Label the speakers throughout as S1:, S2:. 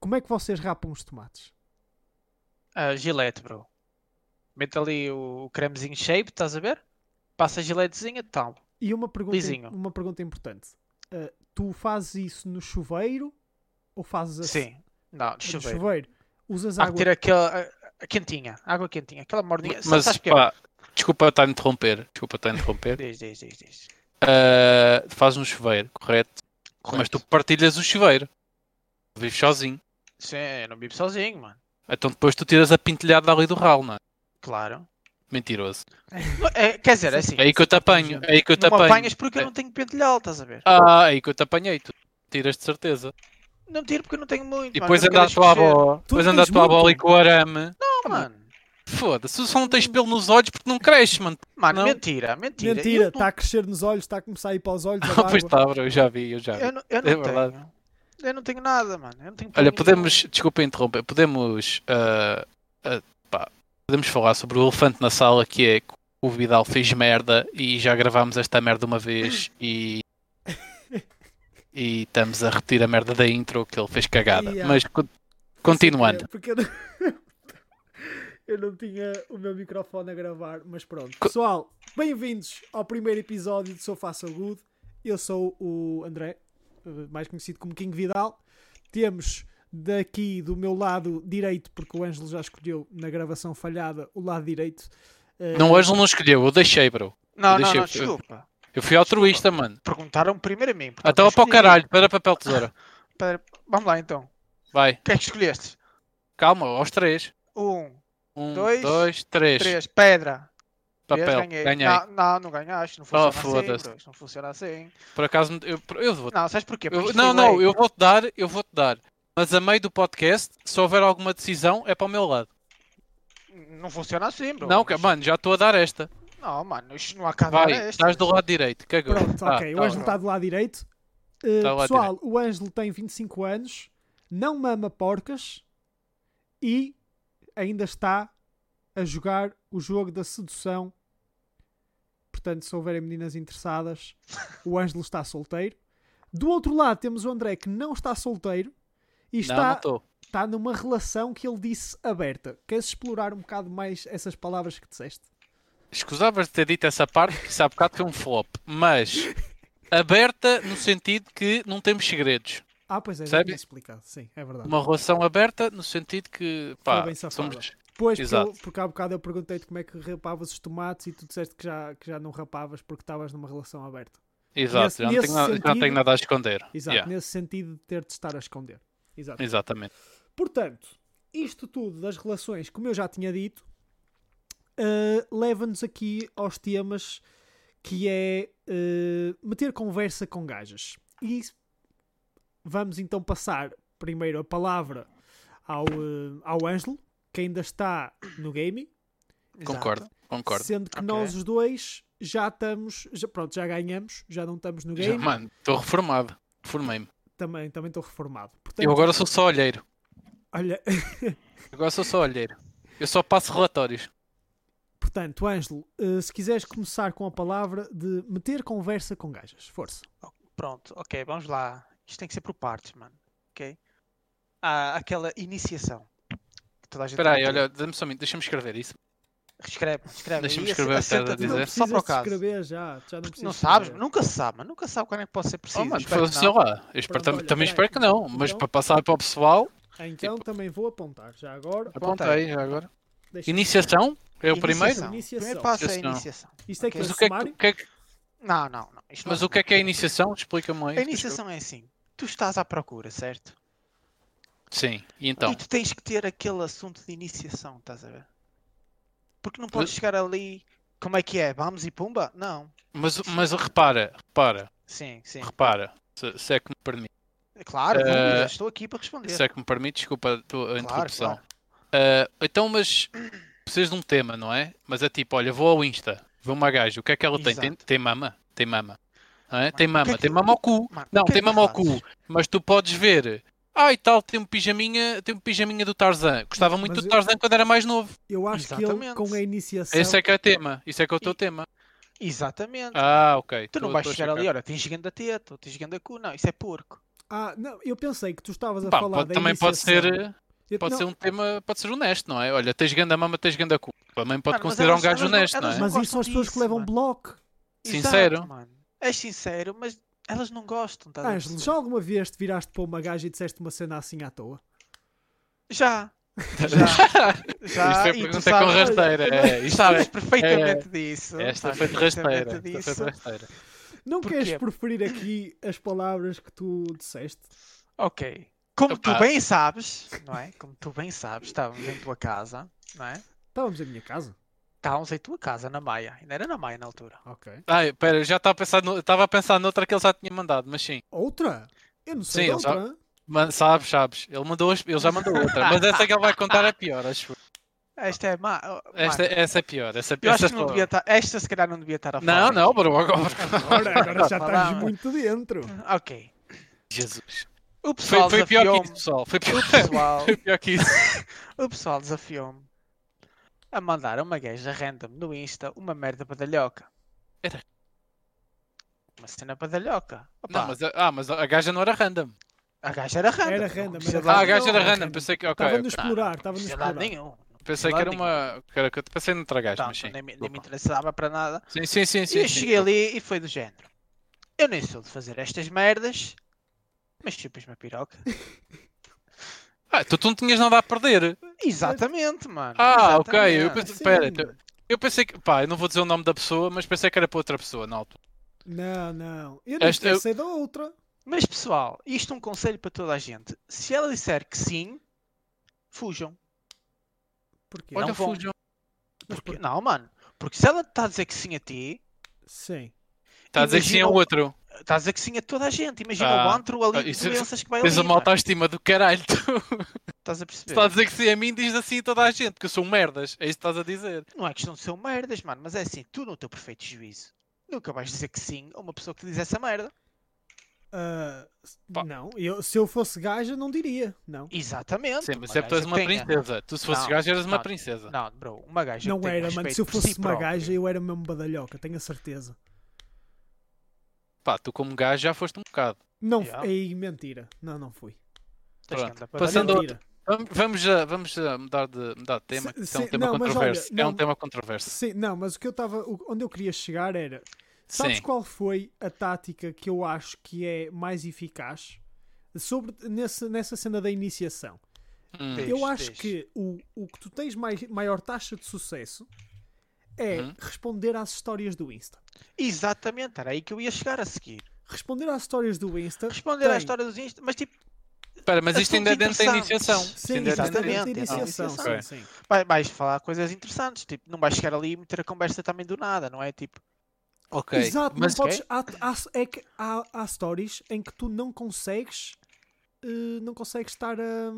S1: Como é que vocês rapam os tomates?
S2: Ah, gilete, bro. Mete ali o, o cremezinho shape, estás a ver? Passa a giletezinha, tal.
S1: E uma pergunta,
S2: Lisinho.
S1: uma pergunta importante. Ah, tu fazes isso no chuveiro ou fazes a-
S2: Sim. Não,
S1: no
S2: chuveiro. Ah,
S1: chuveiro? Usas
S2: Há que
S1: água
S2: ter aquela a- a quentinha, água quentinha, aquela morninha. Mas,
S3: Mas
S2: sabes que é?
S3: pá, desculpa estar a interromper. Desculpa estar a interromper.
S2: Diz, diz, diz, diz.
S3: Ah, faz um chuveiro, correto? Mas tu
S2: Correto.
S3: partilhas o chuveiro. Tu Vives sozinho.
S2: Sim, eu não vivo sozinho, mano.
S3: Então depois tu tiras a pintelhada ali do ralo, não é?
S2: Claro.
S3: Mentiroso.
S2: Não, é- quer dizer, é assim.
S3: É aí que eu te apanho. É aí que eu É. te
S2: não me
S3: apanho.
S2: apanhas porque eu não tenho pentelhal, estás a ver?
S3: Ah, é aí que eu te apanhei. Tu tiras de certeza.
S2: Não tiro porque eu não tenho muito.
S3: E depois
S2: mano, nunca
S3: anda a
S2: deixo
S3: tua
S2: crescer.
S3: avó. Depois
S1: não
S3: anda a
S1: tens
S3: tua avó
S1: muito.
S3: ali com o arame.
S2: Não, mano.
S3: Foda-se, tu só não tens pelo nos olhos porque não cresce, mano.
S2: Mano,
S3: Não.
S2: mentira, mentira.
S1: Mentira, tá
S2: Eu não-
S1: está a crescer nos olhos, está a começar a ir para os olhos. a
S3: Ah, pois
S1: água.
S3: tá, bro, eu já vi, eu já vi.
S2: Eu não, eu
S3: É
S2: não
S3: verdade.
S2: tenho. Eu não tenho nada, mano. Eu não tenho
S3: Olha,
S2: problema
S3: podemos, desculpa interromper, podemos, ah, ah, pá, podemos falar sobre o elefante na sala que é que o Vidal fez merda e já gravámos esta merda uma vez e e estamos a repetir a merda da intro que ele fez cagada.
S1: Yeah.
S3: Mas con- continuando,
S1: É, porque eu não... eu não tinha o meu microfone a gravar, mas pronto. Pessoal, bem-vindos ao primeiro episódio de Sou Faça Good. Eu sou o André, eh, mais conhecido como King Vidal. Temos daqui do meu lado direito, porque o Ângelo já escolheu na gravação falhada o lado direito. Eh,
S3: não, o Ângelo não escolheu, eu deixei, bro.
S2: Não, não,
S3: Deixa
S2: não,
S3: eu-
S2: desculpa.
S3: Eu fui altruísta, mano. Ah,
S2: Perguntaram primeiro a mim. porque eu
S3: Até lá
S2: não
S3: Então, para o
S2: escolhi.
S3: caralho, para papel tesoura.
S2: Pera, vamos lá então.
S3: Vai,
S2: O que é que escolheste?
S3: calma, aos três.
S2: Um,
S3: Um, dois,
S2: Dois,
S3: três.
S2: três, pedra. Três,
S3: Papel,
S2: ganhei. Ah.
S3: ganhei.
S2: Não, não, não ganhaste. Não
S3: Oh,
S2: funciona
S3: foda-se.
S2: assim. bro, isto Não funciona assim.
S3: Por acaso, eu, eu vou
S2: Não, sabes
S1: É
S2: porquê?
S3: Eu-
S2: Porque isto
S3: não,
S2: foi
S3: não,
S2: lei.
S3: eu vou-te dar, eu vou-te dar. Mas a meio do podcast, se houver alguma decisão, é para o meu lado.
S2: Não funciona assim, bro.
S3: não, que- é, mano, já estou a dar esta.
S2: Não, mano, isto não há
S1: Ah,
S2: cá
S3: Vai, tá-
S2: este.
S3: estás do lado direito, cagou.
S1: é Pronto,
S3: Tá,
S1: ok.
S3: tá
S1: o Ângelo
S3: bom.
S1: está do lado direito. Eh,
S3: Tá do lado
S1: pessoal, o Ângelo tem 25 anos, não mama porcas e ainda está a jogar o jogo da sedução. Portanto, se houverem meninas interessadas, o Ângelo está solteiro. Do outro lado temos o André que não está solteiro e
S3: Não, não
S1: está,
S3: estou.
S1: está numa relação que ele disse aberta. Queres explorar um bocado mais essas palavras que disseste?
S3: Escusavas de ter dito essa parte, que isso há bocado foi um flop. Mas, aberta no sentido que não temos segredos.
S1: Ah, pois é, já
S3: Sabe?
S1: tinha explicado. Sim, é verdade.
S3: Uma relação aberta no sentido que,
S1: Foi
S3: pá,
S1: bem safada.
S3: somos...
S1: Pois, porque,
S3: Exato.
S1: eu, porque há bocado eu perguntei-te como é que rapavas os tomates e tu disseste que já, que já não rapavas porque estavas numa relação aberta.
S3: Exato,
S1: Nesse-
S3: já, não
S1: nesse
S3: tenho nada, já não
S1: sentido-
S3: tenho nada a esconder.
S1: Exato,
S3: Yeah,
S1: nesse sentido de ter de estar a esconder. Exato.
S3: Exatamente.
S1: Portanto, isto tudo das relações, como eu já tinha dito, eh, leva-nos aqui aos temas que é eh, meter conversa com gajas. E isso- vamos então passar primeiro a palavra ao, eh, ao Ângelo, que ainda está no gaming.
S2: Exato.
S3: Concordo, concordo.
S1: Sendo que
S2: Ok.
S1: nós os dois já estamos, já, pronto, já ganhamos, já não estamos no
S3: Já,
S1: game,
S3: mano, estou reformado. Reformei-me.
S1: também também estou reformado. Portanto,
S3: Eu agora sou só olheiro.
S1: olha,
S3: Agora sou só olheiro. Eu só passo relatórios.
S1: portanto, Ângelo, eh, se quiseres começar com a palavra de meter conversa com gajas, força.
S2: Pronto, ok, vamos lá. Isto tem que ser por partes, mano. Ok? Há aquela iniciação. que toda a gente
S3: Espera aí,
S2: tem.
S3: olha, dá-me só um minuto, deixa-me escrever isso.
S2: Escreve, escreve.
S3: Deixa-me
S2: aí,
S3: escrever o que estás a é?
S2: assenta-te
S3: dizer.
S1: não
S2: no-
S1: precisas
S2: Só para o
S1: de
S2: caso.
S1: escrever já, já não precisas
S2: Não
S1: de
S2: sabes,
S1: escrever.
S2: nunca se sabe, mano. Nunca sabe quando é que pode ser preciso.
S3: Oh, mano,
S2: espero que
S3: foda-se, sei
S2: não.
S3: lá. Eu espero,
S1: Pronto,
S3: tam-
S1: olha,
S3: também
S1: espera aí.
S3: espero que não, mas
S1: Então-
S3: para passar para o pessoal,
S1: Então
S3: tipo-
S1: também vou apontar já agora.
S2: Aponta
S3: apontei já agora.
S1: Deixa
S3: Iniciação? É o primeiro?
S2: Iniciação.
S1: Iniciação.
S2: Primeiro passo é a
S3: Iniciação.
S2: iniciação.
S1: Isto é que é
S2: Ok.
S1: o
S3: Mas o que é que,
S1: sumário.
S3: o que é que-
S2: Não, não, não. Isto
S3: mas
S2: não-
S3: o que é que é a iniciação? Explica-me aí.
S2: A iniciação é assim. Tu estás à procura, certo?
S3: Sim, e então?
S2: E tu tens que ter aquele assunto de iniciação, estás a ver? Porque não podes chegar ali. Como é que é? Vamos e pumba? Não.
S3: Mas, mas repara, repara,
S2: Sim, sim.
S3: repara. Se, se é que me permite,
S2: É Claro,
S3: Eh,
S2: dúvidas, estou aqui para responder.
S3: se é que me permite, desculpa a tua a
S2: Claro,
S3: interrupção.
S2: claro.
S3: Ah, então, mas precisas de um tema, não é? Mas é tipo, olha, vou ao Insta, vou uma gaja, o que é que ela tem? Tem,
S2: Exato.
S3: tem mama? Tem mama. Não é? Tem
S2: o que é
S3: mama,
S2: que-
S3: tem mama ao cu.
S2: Mano,
S3: Não,
S2: o que é
S3: tem
S2: que
S3: mama ao cu,
S2: fazes?
S3: mas tu podes ver. Ai, tal, tem um pijaminha, tem um pijaminha do Tarzan. Gostava muito
S1: Mas
S3: do
S1: eu-
S3: Tarzan quando era mais novo.
S1: Eu acho que ele
S2: Exatamente.
S1: com a iniciação.
S3: Esse é que é o tema. Isso é que é o teu
S2: E-
S3: tema.
S2: Exatamente.
S3: Ah, ok.
S2: tu não
S3: tô-
S2: vais
S3: tô a
S2: chegar
S3: checar.
S2: ali, olha, tens gigante a teta, ou tens gigante a cu. Não, isso é porco.
S1: Ah, não, eu pensei que tu estavas a
S3: Pá,
S1: falar
S3: pode-
S1: da
S3: também pode
S1: iniciação.
S3: ser,
S1: Eu-
S3: pode
S1: não,
S3: ser um tema, pode ser honesto, não é? Olha, tens ganda mama, tens ganda cu. Também pode
S2: Mano, mas
S3: considerar
S2: elas-
S3: um gajo
S2: elas não-
S3: honesto, não,
S2: elas
S3: é?
S2: não-
S1: Mas isso são as pessoas que
S2: Isso,
S1: levam
S2: mano.
S1: bloco.
S3: Sincero.
S2: mano. És sincero, mas Ah, elas não gostam, estás a
S1: Ângelo,
S2: perceber?
S1: já alguma vez te viraste para uma gaja e disseste uma cena assim à toa?
S2: Já. Já.
S3: Isto
S2: já.
S3: é
S2: e tu
S3: pergunta com
S2: sabes-
S3: rasteira. É,
S2: Tu
S3: isto
S2: sabes
S3: sabes. É,
S2: perfeitamente disso.
S3: Esta
S2: sabes
S3: foi de rasteira.
S2: perfeitamente
S3: Esta foi de
S2: disso.
S3: rasteira.
S1: Não
S2: Porquê?
S1: queres preferir aqui as palavras que tu disseste?
S2: Ok. Como
S3: Opa.
S2: tu bem sabes, não é? Como tu bem sabes, estávamos em tua casa, não é?
S1: Estávamos em minha casa?
S2: Estávamos em tua casa, na Maia. Ainda era na Maia na altura.
S1: Ok.
S3: Ai, pera, Ah, eu já estava a pensar no- estava a pensar noutra que ele já tinha mandado, mas sim.
S1: Outra? Eu não sei
S3: Sim,
S1: de
S3: eu já-
S1: outra.
S3: Mas, sabes, sabes. Ele, mandou, as- ele já mandou outra. Mas essa que ele vai contar é pior, acho. eu.
S2: Esta é má. oh, mano,
S3: Esta, essa é pior. Essa é
S2: eu
S3: pior.
S2: acho
S3: essa
S2: que não
S3: foi-
S2: devia estar. Esta se calhar não devia estar a falar.
S3: Não, não,
S2: aqui.
S3: bro, agora.
S1: Ora, agora já
S2: Palavra.
S1: estás muito dentro.
S2: Ok.
S3: Jesus.
S2: O
S3: Foi,
S2: pessoal
S3: foi pior que
S2: desafiou-me.
S3: isso, pessoal. Foi pior,
S2: O pessoal,
S3: foi pior que isso.
S2: o pessoal desafiou-me a mandar a uma gaja random no Insta uma merda badalhoca.
S3: Era.
S2: Uma cena badalhoca. Opa,
S3: Não, mas, a- ah, mas a gaja não era random.
S2: A gaja era random.
S1: Era
S2: não
S1: random,
S2: precisa
S1: era
S2: de lado
S3: Ah, a gaja
S1: não,
S3: era
S1: era
S3: random.
S1: random.
S3: Pensei que. ok,
S1: Estava no
S3: ok.
S1: explorar, estava no
S2: Não, não,
S1: explorar.
S2: nenhum.
S3: Pensei que era uma. Cara, que eu pensei noutra gaja, mas
S2: Portanto,
S3: sim.
S2: nem, me- nem me
S3: Desculpa.
S2: interessava para nada.
S3: Sim, sim, sim. então.
S2: e
S3: sim,
S2: Tá, eu
S3: sim.
S2: cheguei ali e foi do género. Eu nem sou de fazer estas merdas, mas chupas uma piroca.
S3: Ah, tu, tu não tinhas nada a perder.
S2: Exatamente, mano.
S3: Ah, ok. Eu
S2: exatamente.
S3: pensei,
S1: Sim.
S3: pera, tu- eu pensei que. Pá, eu não vou dizer o nome da pessoa, mas pensei que era para outra pessoa na altura.
S1: Não, não. Eu não
S3: Esta-
S1: eu... sei da outra.
S2: Mas pessoal, isto é um conselho para toda a gente. Se ela disser que sim, fujam.
S1: Porquê?
S3: Olha,
S2: não vão.
S3: fujam.
S2: Porque, não, mano. Porque se ela está a dizer que sim a ti,
S1: Sim.
S3: Está Tá a dizer que sim a
S2: Imagina o-
S3: outro.
S2: está a dizer que sim a toda a gente. Imagina o
S3: Ah,
S2: antro ali
S3: ah,
S2: de
S3: isso-
S2: doenças que vai ali.
S3: Tens uma
S2: mano.
S3: autoestima do caralho. Tu
S2: Estás a
S3: Se
S2: perceber?
S3: estás a dizer que sim a mim, diz assim a toda a gente, que eu sou um merdas. É isso que estás a dizer.
S2: Não é questão de ser um merdas, mano, mas é assim, tu no teu perfeito juízo nunca vais dizer que sim a uma pessoa que te diz essa merda.
S1: Ah,
S3: Pá.
S1: não, eu, se eu fosse gaja, não diria. Não.
S2: Exatamente.
S3: Sim, mas
S2: uma
S3: é porque tu
S2: Então,
S3: és
S2: gaja
S3: uma
S2: que tenha-
S3: princesa. Tu, se fosses
S2: Não,
S3: gajo, eras uma
S2: não.
S3: princesa.
S2: Não, bro, uma gaja
S1: Não
S2: que tenha
S1: era, mano.
S2: respeito
S1: Se eu
S2: por
S1: fosse
S2: si
S1: uma
S2: própria.
S1: gaja, eu era mesmo badalhoca, tenho a certeza.
S3: Pá, tu, como gajo, já foste um bocado.
S1: Não,
S2: Yeah.
S1: aí mentira. Não, não fui.
S2: Tens que
S3: Pronto,
S2: andar para
S3: passando
S2: dentro.
S3: a
S1: mentira.
S3: Vamos, vamos, a, vamos a mudar, de, mudar de tema,
S1: Se-
S3: que isso
S1: se-
S3: é um tema
S1: não, mas olha,
S3: controverso. é
S1: não-
S3: um tema controverso.
S1: Sim, não, mas o que eu estava. Onde eu queria chegar era. Sabes
S3: Sim.
S1: qual foi a tática que eu acho que é mais eficaz sobre, nessa, nessa cena da iniciação?
S3: Hum.
S2: Sim.
S1: eu
S2: Deixe,
S1: acho
S2: deixe.
S1: que o, o que tu tens mai, maior taxa de sucesso é
S3: Uhum.
S1: responder às histórias do Insta.
S2: Exatamente, era aí que eu ia chegar a seguir.
S1: Responder às histórias do Insta.
S2: Responder à
S1: tem-
S2: história dos Insta, mas tipo,
S3: Espera, mas isto ainda é dentro
S2: Assuntos
S3: da iniciação.
S2: interessantes.
S1: Sim,
S3: Ainda é
S1: isto é
S3: dentro da
S1: dentro da
S2: Exatamente,
S3: iniciação.
S1: iniciação.
S2: iniciação.
S1: sim,
S3: Ok.
S1: sim.
S2: vai- vais falar coisas interessantes, tipo, não vais chegar ali e meter a conversa também do nada, não é? Tipo,
S3: Ok.
S1: Exato,
S3: mas,
S1: não podes. Há, há- é que há, há stories em que tu não consegues. eh, não consegues estar a,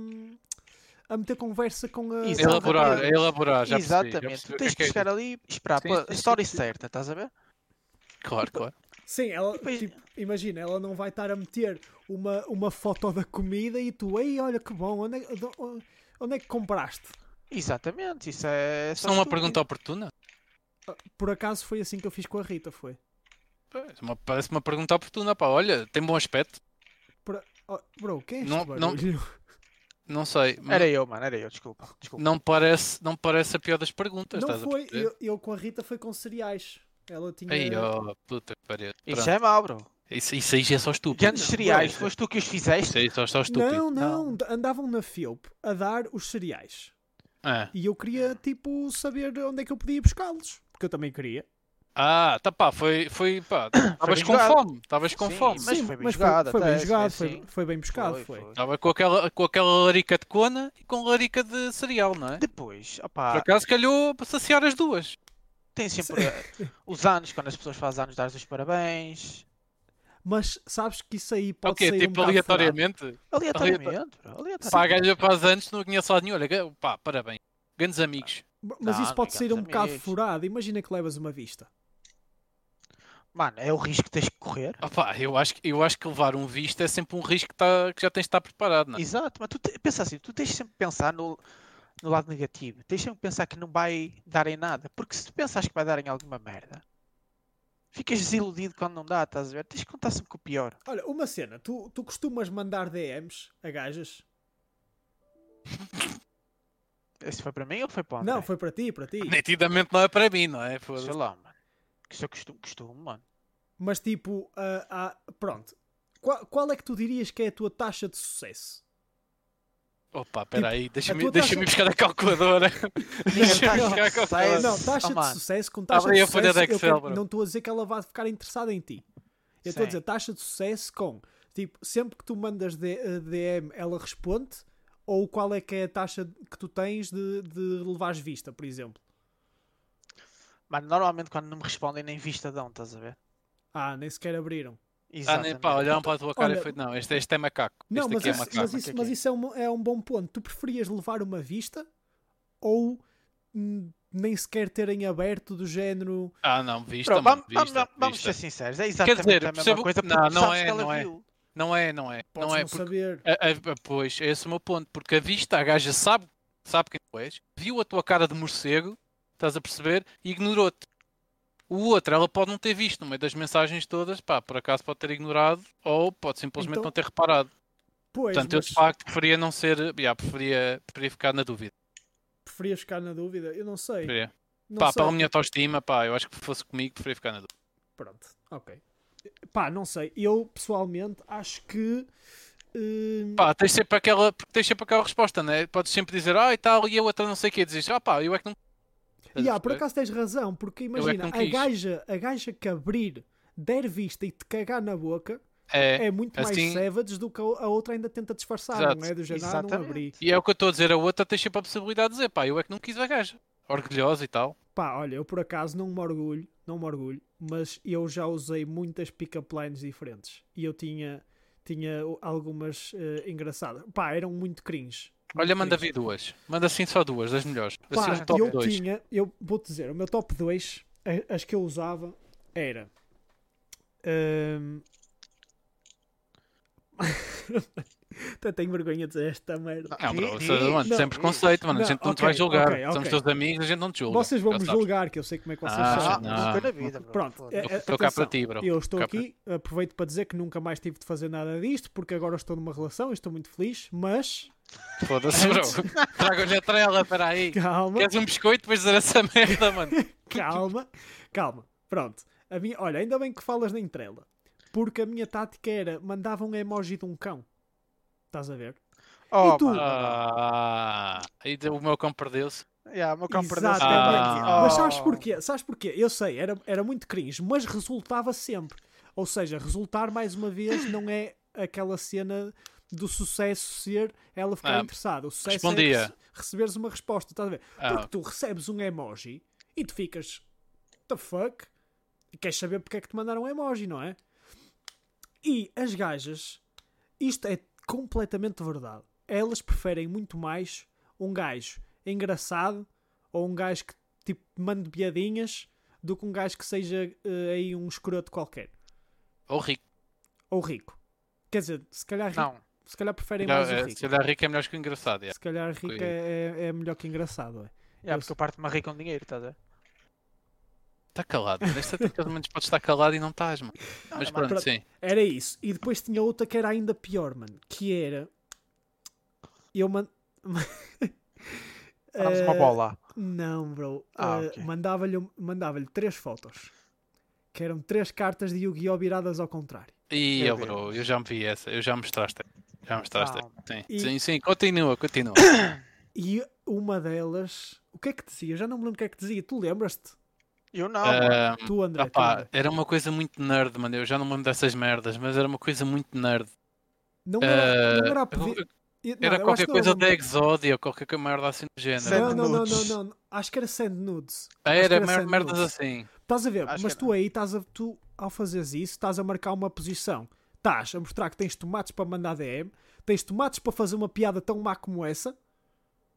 S1: a meter conversa com a.
S2: Exato.
S3: É Elaborar,
S1: com a-
S3: elaborar, Ah, já percebi, já
S2: exatamente,
S3: percebi o
S2: tens
S3: que
S2: que
S3: é que é.
S2: chegar ali e esperar
S3: Sim,
S2: pela
S3: sim, sim,
S2: história
S3: sim.
S2: certa, estás a ver?
S3: Claro, claro.
S1: Sim, ela,
S2: Depois-
S1: tipo, imagina, ela não vai estar a meter uma, uma foto da comida e tu, ei, olha que bom, onde é, do- onde é que compraste?
S2: Exatamente, isso é.
S3: Isso não é uma pergunta oportuna?
S1: Por acaso foi assim que eu fiz com a Rita, foi?
S3: Pá, isso é uma- Parece uma pergunta oportuna, pá. Olha, tem bom aspecto.
S1: Por, oh, bro, quem é este
S3: Não- não-
S1: barulho?
S3: Não sei.
S2: Era eu, mano, era eu, desculpa. desculpa.
S3: Não parece, não parece a pior das perguntas,
S1: Não
S3: estás a
S1: foi,
S3: perceber?
S1: eu, eu com a Rita foi com cereais. Ela tinha.
S3: Ei, oh, puta que pariu.
S2: Isso
S3: Pronto.
S2: é mau, bro.
S3: Isso, isso aí já é só estúpido.
S2: Grandes cereais,
S3: Não,
S2: foste tu que os
S3: Isso
S2: fizeste?
S3: aí só, só estúpido.
S1: não, não,
S2: Não.
S1: d- andavam na Fielp a dar os cereais.
S3: Ah.
S1: E eu queria, tipo, saber onde é que eu podia ir buscá-los. Porque eu também queria.
S3: Ah, tá pá, foi, foi pá, estavas com
S2: jogado.
S3: fome, estavas com
S2: Sim,
S3: fome.
S2: Mas foi bem
S1: foi,
S2: jogado,
S1: foi
S2: até,
S1: bem
S2: se
S1: jogado,
S2: fosse
S1: foi,
S2: assim.
S1: foi bem buscado,
S2: Foi,
S1: foi.
S2: foi.
S3: Estava com aquela, com aquela larica de cona e com larica de cereal, não é?
S2: Depois,
S3: Por
S2: opá,
S3: acaso calhou para saciar as duas.
S2: tem sempre eh, os anos, quando as pessoas fazem anos, dás os parabéns.
S1: Mas sabes que isso aí
S3: É
S1: pode
S3: o quê?
S1: sair um
S3: Tipo
S1: bocado
S3: aleatoriamente?
S2: Aleatoriamente, bro, aleatoriamente.
S3: Pá, a gaja faz antes, não conheço lá nenhum. Olha, ga- pá, parabéns. Grandes amigos.
S1: furado. Mas
S2: Não,
S1: isso pode sair um
S2: digamos
S1: bocado
S2: amigos.
S1: furado. Imagina que levas uma vista.
S2: Mano, é o risco que tens que correr.
S3: Ah, pá, eu acho, que- eu acho que levar um visto é sempre um risco que, tá- que já tens de estar preparado, não é?
S2: Exato, mas tu te- pensa assim, tu tens sempre que pensar no, no lado negativo. Tens sempre que pensar que não vai dar em nada. Porque se tu pensares que vai dar em alguma merda, Ficas desiludido quando não dá, estás a ver? Tens que contar sempre com o pior.
S1: Olha, uma cena, tu, tu costumas mandar DMs a gajas?
S2: Isso foi para mim ou foi para o André?
S1: Não, foi para ti, para ti.
S3: Nitidamente não é para mim, não é? Foda-se.
S2: Sei lá, mano. Que isso eu costumo, costumo, mano.
S1: Mas tipo, ah, ah, pronto. Qual, qual é que tu dirias que é a tua taxa de sucesso?
S3: Opa, peraí,
S1: Tipo, tua taxa-
S3: deixa-me deixa-me buscar a calculadora. deixa-me
S2: taxa de
S3: buscar a calculadora.
S2: sucesso.
S1: Não, taxa
S2: Oh,
S1: de
S2: mano.
S1: sucesso com taxa
S3: Abre aí
S1: de
S3: a folha
S1: sucesso.
S3: de
S1: eu
S3: Excel,
S1: quero-
S3: bro.
S1: não estou a dizer que ela vai ficar interessada em ti. Eu estou a
S2: Sim.
S1: dizer taxa de sucesso com tipo, sempre que tu mandas D- eh, DM, ela responde, ou qual é que é a taxa que tu tens de, de levares vista, por exemplo.
S2: Mano, normalmente quando não me respondem nem vista dão, estás a ver?
S1: Ah, nem sequer abriram.
S3: Ah, nem pá, olharam para a tua cara
S1: Olha-
S3: e foi, não, este, este é macaco.
S1: Não,
S3: este
S1: mas
S3: aqui
S1: isso,
S3: é macaco.
S1: mas
S2: O que é
S1: isso-
S2: que
S1: mas
S2: é?
S1: isso é um, é um bom ponto. Tu preferias levar uma vista ou hum, nem sequer terem aberto do género.
S3: Ah, não, vista,
S2: Pronto,
S3: mano,
S2: vamos, vamos-
S3: vista,
S2: vamos
S3: vista.
S2: ser sinceros, é exatamente
S3: dizer,
S2: a mesma
S3: percebo-
S2: coisa porque
S3: não,
S2: tu
S3: não
S2: sabes
S3: é,
S2: que ela
S3: não é.
S2: viu.
S3: Não é, não é.
S1: Podes
S3: não é
S1: não
S3: porque.
S1: saber.
S3: a- a- a- pois, esse é esse o meu ponto. Porque a vista, a gaja sabe, sabe quem tu és, viu a tua cara de morcego, estás a perceber, e ignorou-te. O outro, ela pode não ter visto no meio das mensagens todas, pá, por acaso pode ter ignorado ou pode simplesmente
S1: Então-
S3: não ter reparado.
S1: Pois,
S3: Portanto, eu
S1: mas
S3: de facto preferia não ser, já, preferia, preferia ficar na dúvida.
S1: preferias ficar na dúvida? Eu não sei.
S3: Preferia.
S1: Não
S3: Pá,
S1: sei.
S3: pela minha autoestima, pá, eu acho que se fosse comigo, preferia ficar na dúvida.
S1: Pronto, ok. Pá, não sei. Eu pessoalmente acho que. hum,
S3: Pá, tens sempre aquela, porque tens sempre aquela resposta, né? Podes sempre dizer, ah, e tal, e a outra não sei o que, dizes, ah, pá, eu é que não. Estás a
S1: yeah, por
S3: perceber? é
S1: acaso tens razão, porque
S3: que
S1: imagina,
S3: não
S1: a,
S3: quis.
S1: gaja, a gaja que abrir, der vista e te cagar na boca
S3: É,
S1: é, muito mais
S3: assim-
S1: savage do que a a outra ainda tenta disfarçar, não
S3: Exato.
S1: é? Do género, ah, não
S2: Exatamente.
S1: abri.
S3: E é o que eu estou a dizer, a outra tem sempre a possibilidade de dizer, pá, eu é que não quis a gaja. Orgulhosa e tal.
S1: Pá, olha, eu por acaso não me orgulho, não me orgulho, mas eu já usei muitas pick-up lines diferentes e eu tinha, tinha o- algumas eh, engraçadas. Pá, eram muito cringe. muito
S3: Olha, manda
S1: cringe.
S3: vir duas. Manda assim só duas, das melhores. Assim
S1: Pá,
S3: um top
S1: eu
S3: 2.
S1: tinha, eu vou-te dizer, o meu top 2, a- as que eu usava, era. hum, Até tenho vergonha de dizer esta merda.
S3: Não, bro,
S2: Diz,
S3: isso, mano,
S1: não,
S3: sem preconceito, mano.
S1: Não,
S3: a gente não te
S1: ok,
S3: vai julgar.
S1: ok,
S3: Somos
S1: ok.
S3: teus amigos, a gente não te julga.
S1: Vocês vão me
S3: já sabes.
S1: julgar, que eu sei como é que vocês
S3: Ah,
S1: são.
S2: Ah,
S3: não.
S2: nunca na vida, bro.
S1: Pronto,
S2: Foda-se.
S1: é- é-
S3: Estou cá
S1: atenção.
S3: para ti, bro.
S1: Eu estou
S3: Cá para
S1: aqui, aproveito para dizer que nunca mais tive de fazer nada disto, porque agora estou numa relação e estou muito feliz, mas
S3: ti. Foda-se, bro. Traga-lhe a trela, peraí.
S1: calma,
S3: Queres um biscoito depois dizer essa merda, mano?
S1: calma, calma. Pronto. A minha, olha, ainda bem que falas na entrela, porque a minha tática era mandava um emoji de um cão. Estás a ver?
S2: Oh,
S1: E tu?
S2: mano.
S3: Ah, e o meu cão perdeu-se.
S2: Yeah, o meu cão perdeu-se Oh.
S1: Exatamente.
S3: também. Ah.
S1: é Mas sabes porquê? Sabes porquê? Eu sei, era, era muito cringe, mas resultava sempre. Ou seja, resultar mais uma vez não é aquela cena do sucesso ser ela ficar
S3: Ah,
S1: interessada. O sucesso é
S3: respondia.
S1: rece- receberes uma resposta, estás a ver?
S3: Ah.
S1: Porque tu recebes um emoji e tu ficas the fuck? E queres saber porque é que te mandaram um emoji, não é? E as gajas, isto é completamente verdade. Elas preferem muito mais um gajo engraçado ou um gajo que tipo mande piadinhas do que um gajo que seja eh, aí um escroto qualquer
S3: Ou rico.
S1: ou rico. Quer dizer, se calhar, rico-
S2: Não,
S1: se calhar preferem
S3: Não,
S1: mais o
S3: é,
S1: rico.
S3: Se calhar rico é melhor que o engraçado. é.
S1: Se calhar rico é, é- é melhor que engraçado. É.
S2: yeah,
S1: Eu
S2: porque eu parto-me a rir com dinheiro, estás a
S1: Eh,
S2: ver?
S3: Está Tá calado. Nesta tu pelo menos podes estar calado e não estás, mano. Mas
S2: mano,
S3: pronto, sim.
S1: Era isso. E depois tinha outra que era ainda pior, mano. Que era. Eu man...
S2: Paramos uma
S1: Eh,
S2: bola.
S1: Não, bro.
S2: Ah,
S1: Eh,
S2: ok.
S1: Mandava-lhe mandava três fotos. Que eram três cartas de Yu-Gi-Oh! viradas ao contrário.
S3: E
S2: Meu
S3: eu, bro, eu já me vi essa, eu já mostraste. Já mostraste.
S2: Calma.
S3: Sim,
S1: E-
S3: sim, sim, continua, continua.
S1: E uma delas. O que é que dizia? Eu já não me lembro o que é que dizia. Tu lembras-te?
S2: Eu não, mano.
S3: Ah,
S1: Tu, André. tu,
S3: opá,
S1: André.
S3: era uma coisa muito nerd, mano. Eu já não me lembro dessas merdas, mas era uma coisa muito nerd.
S1: Não era, não
S3: Ah,
S1: era a
S3: eu-
S1: pedir. eu-
S3: Era
S1: não, eu acho
S3: qualquer
S1: que não era
S3: coisa
S1: o
S3: da
S1: nome.
S3: Exodia, qualquer coisa merda assim do género. Ah,
S1: Não,
S2: Send
S1: não, não,
S2: nudes.
S1: não, não. Acho que era Send Nudes. acho que
S3: Era
S1: era
S3: mer-
S1: Send
S3: merdas
S1: Nudes.
S3: assim.
S1: Estás a ver?
S2: Acho
S1: mas
S2: que
S1: tu aí estás a. Tu, ao fazeres isso, estás a marcar uma posição. Estás a mostrar que tens tomates para mandar DM, tens tomates para fazer uma piada tão má como essa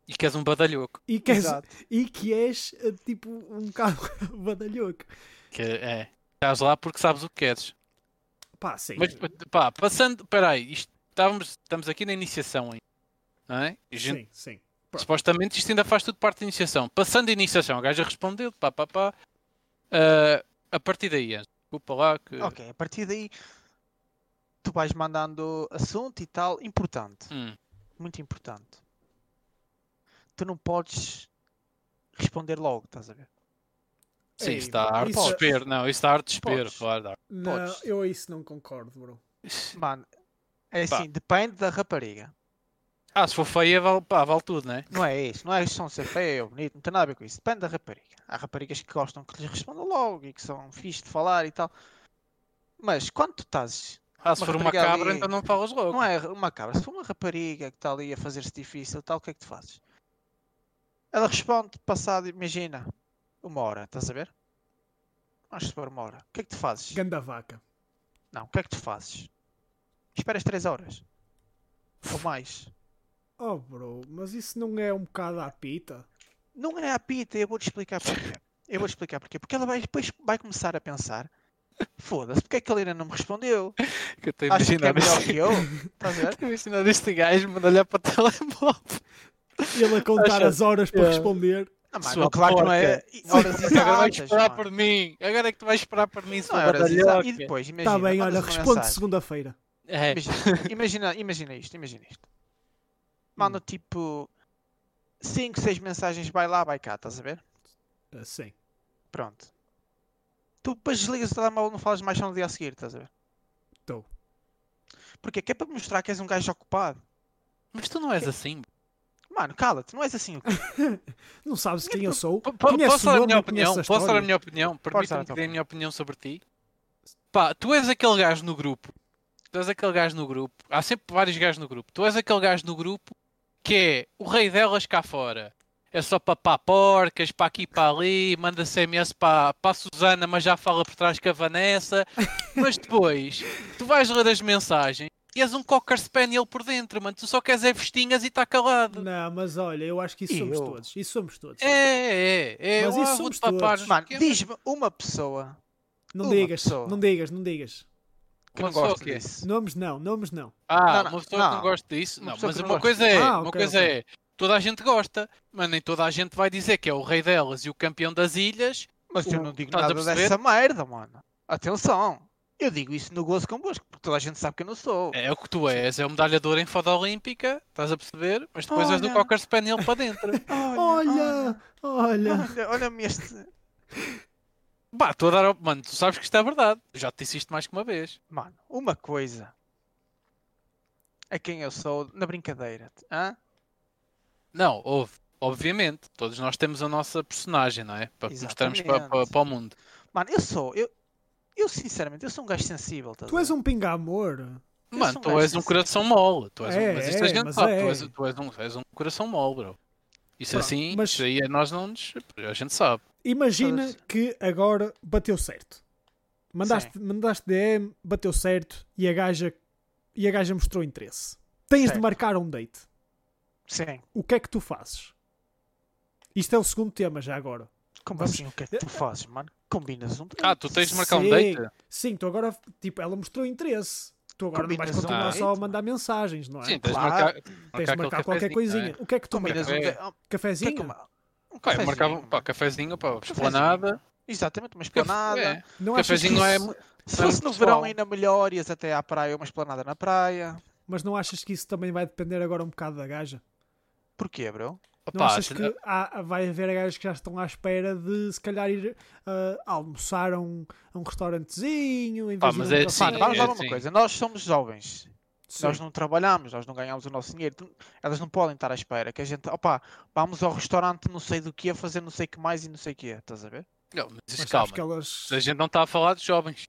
S3: E que és um badalhoco.
S1: e que és,
S2: Exato.
S1: e que és eh, tipo um bocado badalhoco.
S3: Que é. Estás lá porque sabes o que queres.
S1: Pá, sim.
S3: Mas pá, passando. Peraí, isto, estávamos, estamos aqui na iniciação ainda. Não é? E a gente
S1: sim, sim.
S3: Supostamente isto ainda faz tudo parte da iniciação. Passando a iniciação, a gaja respondeu, pá, pá, pá. Ah, a partir daí, Anjo, Desculpa lá que.
S2: Ok, a partir daí tu vais mandando assunto e tal, importante,
S3: Hum,
S2: muito importante. Tu não podes responder logo, estás a ver?
S3: Sim,
S1: Ei,
S3: isso está a arte de
S1: isso-
S3: desespero. Não, isso está a arte de desespero.
S2: é- Podes.
S3: claro, dá.
S1: Não,
S2: Podes.
S1: eu a isso não concordo, bro.
S2: Mano, é
S3: Pá.
S2: assim, depende da rapariga.
S3: Ah, se for feia, vale, pá, vale tudo, né?
S2: Não é isso, não é isso de ser feio ou bonito, não tem nada a ver com isso. Depende da rapariga. Há raparigas que gostam que lhes respondam logo e que são fixe de falar e tal. Mas quando tu estás,
S3: Ah, se
S2: Uma
S3: for uma
S2: rapariga
S3: cabra,
S2: ali-
S3: então não falas logo.
S2: não é uma cabra, se for uma rapariga que está ali a fazer-se difícil e tal, o que é que tu fazes? Ela responde passado, imagina, uma hora, estás a ver? Acho que for uma hora. O que é que tu fazes?
S1: Ganda vaca.
S2: Não, o que é que tu fazes? Esperas 3 horas. Ou mais.
S1: Oh, bro, mas isso não é um bocado à pita?
S2: Não é a pita, eu vou-te explicar porquê. Eu vou-te explicar porquê. Porque ela vai, depois vai começar a pensar: foda-se, porque é que ele ainda não me respondeu?
S3: Que eu estou a
S2: Acho que é
S3: imaginar
S2: melhor
S3: este-
S2: que eu. Estás a ver?
S3: estou a imaginar este gajo, manda olhar para o telemóvel.
S1: Ele a contar
S3: Acha-
S1: as horas para
S3: Yeah.
S1: responder. Tá
S2: Ah, mano,
S3: Sua
S2: claro que não é
S3: porca.
S2: horas
S3: Agora vais
S2: exatas.
S3: esperar
S2: mano.
S3: por mim. Agora é que tu vais esperar por mim. se
S2: Não é
S3: for
S2: horas
S3: badalhoca.
S2: exatas. E depois, imagina.
S1: Está Tá bem, olha,
S2: mandas uma
S1: responde
S2: mensagem.
S1: segunda-feira.
S3: É.
S2: Imagina, imagina, imagina isto, imagina isto.
S3: Hum.
S2: Manda tipo 5, 6 mensagens, vai lá, vai cá, estás a ver?
S1: Ah, sim.
S2: Pronto. Tu depois desligas o telemóvel não falas mais só no dia a seguir, estás a ver?
S1: Tô.
S2: Porquê? Que é para mostrar que és um gajo ocupado.
S3: Mas tu não és assim.
S2: Mano, cala-te, não és assim. o quê?
S1: Não sabes quem eu sou?
S3: Po- po-
S1: Conheces
S3: Posso dar
S1: o
S3: a minha
S1: nome, conheces
S3: opinião?
S1: a
S3: Posso dar a
S1: história?
S3: minha opinião?
S2: dar a
S3: Permita-me
S2: tua
S3: que dê a minha opinião sobre ti. Pá, tu és aquele gajo no grupo. Tu és aquele gajo no grupo. Há sempre vários gajos no grupo. Tu és aquele gajo no grupo que é o rei delas cá fora. É só papar porcas, para aqui para ali, manda SMS para, para a Susana, mas já fala por trás com a Vanessa. Mas depois, tu vais ler as mensagens e és um cocker spaniel por dentro, mano. Tu só queres é vestinhas e está calado.
S1: Não, mas olha, eu acho que isso
S2: E
S1: somos
S2: eu?
S1: todos. Isso somos todos.
S3: É, é, é.
S1: Mas
S3: eu
S1: isso
S3: ah,
S1: somos
S3: vou-te papar.
S1: todos.
S2: Mano,
S3: Que-
S2: diz-me uma pessoa
S1: Não
S2: uma
S1: digas,
S2: pessoa.
S1: não digas, não digas.
S2: que não
S3: Uma pessoa
S2: gosta
S3: que é?
S2: disso.
S1: Nomes não, nomes não.
S3: Ah,
S2: Não, não,
S3: uma pessoa que
S2: não.
S3: não gosta disso.
S2: Uma
S3: Não,
S2: pessoa
S3: mas
S2: que não
S3: uma
S2: gosta
S3: coisa
S2: disso.
S3: é,
S1: Ah,
S3: uma
S1: ok,
S3: coisa
S1: ok.
S3: é, toda a gente gosta, mas nem toda a gente vai dizer que é o rei delas e o campeão das ilhas.
S2: Mas eu
S3: O-
S2: não digo
S3: Um, estás a
S2: nada
S3: perceber?
S2: dessa merda, mano. Atenção. Eu digo isso no gozo convosco, porque toda a gente sabe que eu não sou.
S3: É o que tu és, é o medalhador em foda olímpica, estás a perceber? Mas depois és do
S2: Olha.
S3: Cocker Spaniel para dentro.
S1: Olha, olha.
S2: Olha, olha-me este.
S3: Bah, estou a dar. op- Mano, tu sabes que isto é verdade. Eu já te disse isto mais que uma vez.
S2: Mano, uma coisa é quem eu sou na brincadeira. Hã?
S3: Não, houve. Obviamente, todos nós temos a nossa personagem, não é? Para que mostrarmos para, para,
S2: Exatamente.
S3: para o mundo.
S2: Mano, eu sou. Eu, eu sinceramente, eu sou um gajo sensível. estás
S1: Tu
S2: a
S1: és
S2: ver?
S1: um pingamor.
S2: Eu
S3: Mano,
S2: sou um
S3: tu
S2: gajo
S3: és um
S2: sensível.
S3: coração mole. Tu és um,
S1: É,
S3: mas isto
S1: é,
S3: a gente
S1: mas
S3: sabe.
S1: é.
S3: Tu, és, tu és um, és um coração mole, bro. Isso
S1: Pronto,
S3: assim,
S1: mas-
S3: isso aí a nós não nos. A gente sabe.
S1: Imagina
S2: Foda-se.
S1: que agora bateu certo. Mandaste, mandaste DM, bateu certo e a gaja, e a gaja mostrou interesse. Tens de
S2: Certo.
S1: marcar um date.
S2: Sim,
S1: O que é que tu fazes? Isto é o segundo tema já agora.
S2: como
S1: Vamos-
S2: assim? O que é que tu fazes, mano? Combinas um.
S3: Ah, tu tens de marcar
S1: Sim.
S3: um date?
S1: Sim, tu agora, tipo, ela mostrou interesse. Tu agora não vais
S2: Combinas um
S1: continuar
S2: date,
S1: só a
S2: mano.
S1: mandar mensagens, não é?
S3: Sim, tens de
S2: Claro.
S3: marcar.
S1: Tens de marcar
S3: aquele
S1: qualquer
S3: cafezinho,
S1: coisinha.
S3: não é?
S1: O que é que tu marcas?
S2: Combinas um.
S3: marcas?
S2: de- ah, o que é que
S1: Cafezinho?
S2: eu ma- um
S3: Pá, eu
S2: cafezinho,
S3: marcava
S2: mano.
S3: pá, cafezinho, pá,
S2: Cafezinho.
S3: esplanada.
S2: Exatamente, uma
S3: Café-
S2: esplanada.
S3: é.
S1: Não achas
S3: Cafezinho
S1: que
S3: não é.
S1: isso-
S2: Se
S3: Não é
S2: fosse no
S3: muito
S2: verão
S3: pessoal.
S2: ainda melhor, ias até à praia, uma esplanada na praia.
S1: Mas não achas que isso também vai depender agora um bocado da gaja?
S2: Porquê, bro?
S1: Não
S3: Pá,
S1: achas que há- vai haver gajas que já estão à espera de se calhar ir ah, almoçar a um, a um restaurantezinho em vez
S3: Pá,
S1: de
S3: mas
S1: ir a um
S3: é
S1: café?
S3: Sim,
S2: Mano, vamos lá uma
S3: sim.
S2: coisa. Nós somos jovens.
S1: Sim.
S2: Nós não trabalhamos, nós não ganhamos o nosso dinheiro. Tu- Elas não podem estar à espera que a gente, opá, vamos ao restaurante, não sei do que, a fazer não sei o que mais e não sei o que, estás a ver?
S3: Não, mas isso
S1: Mas
S3: calma.
S1: sabes que é elas...
S3: A gente não está a falar de jovens. tá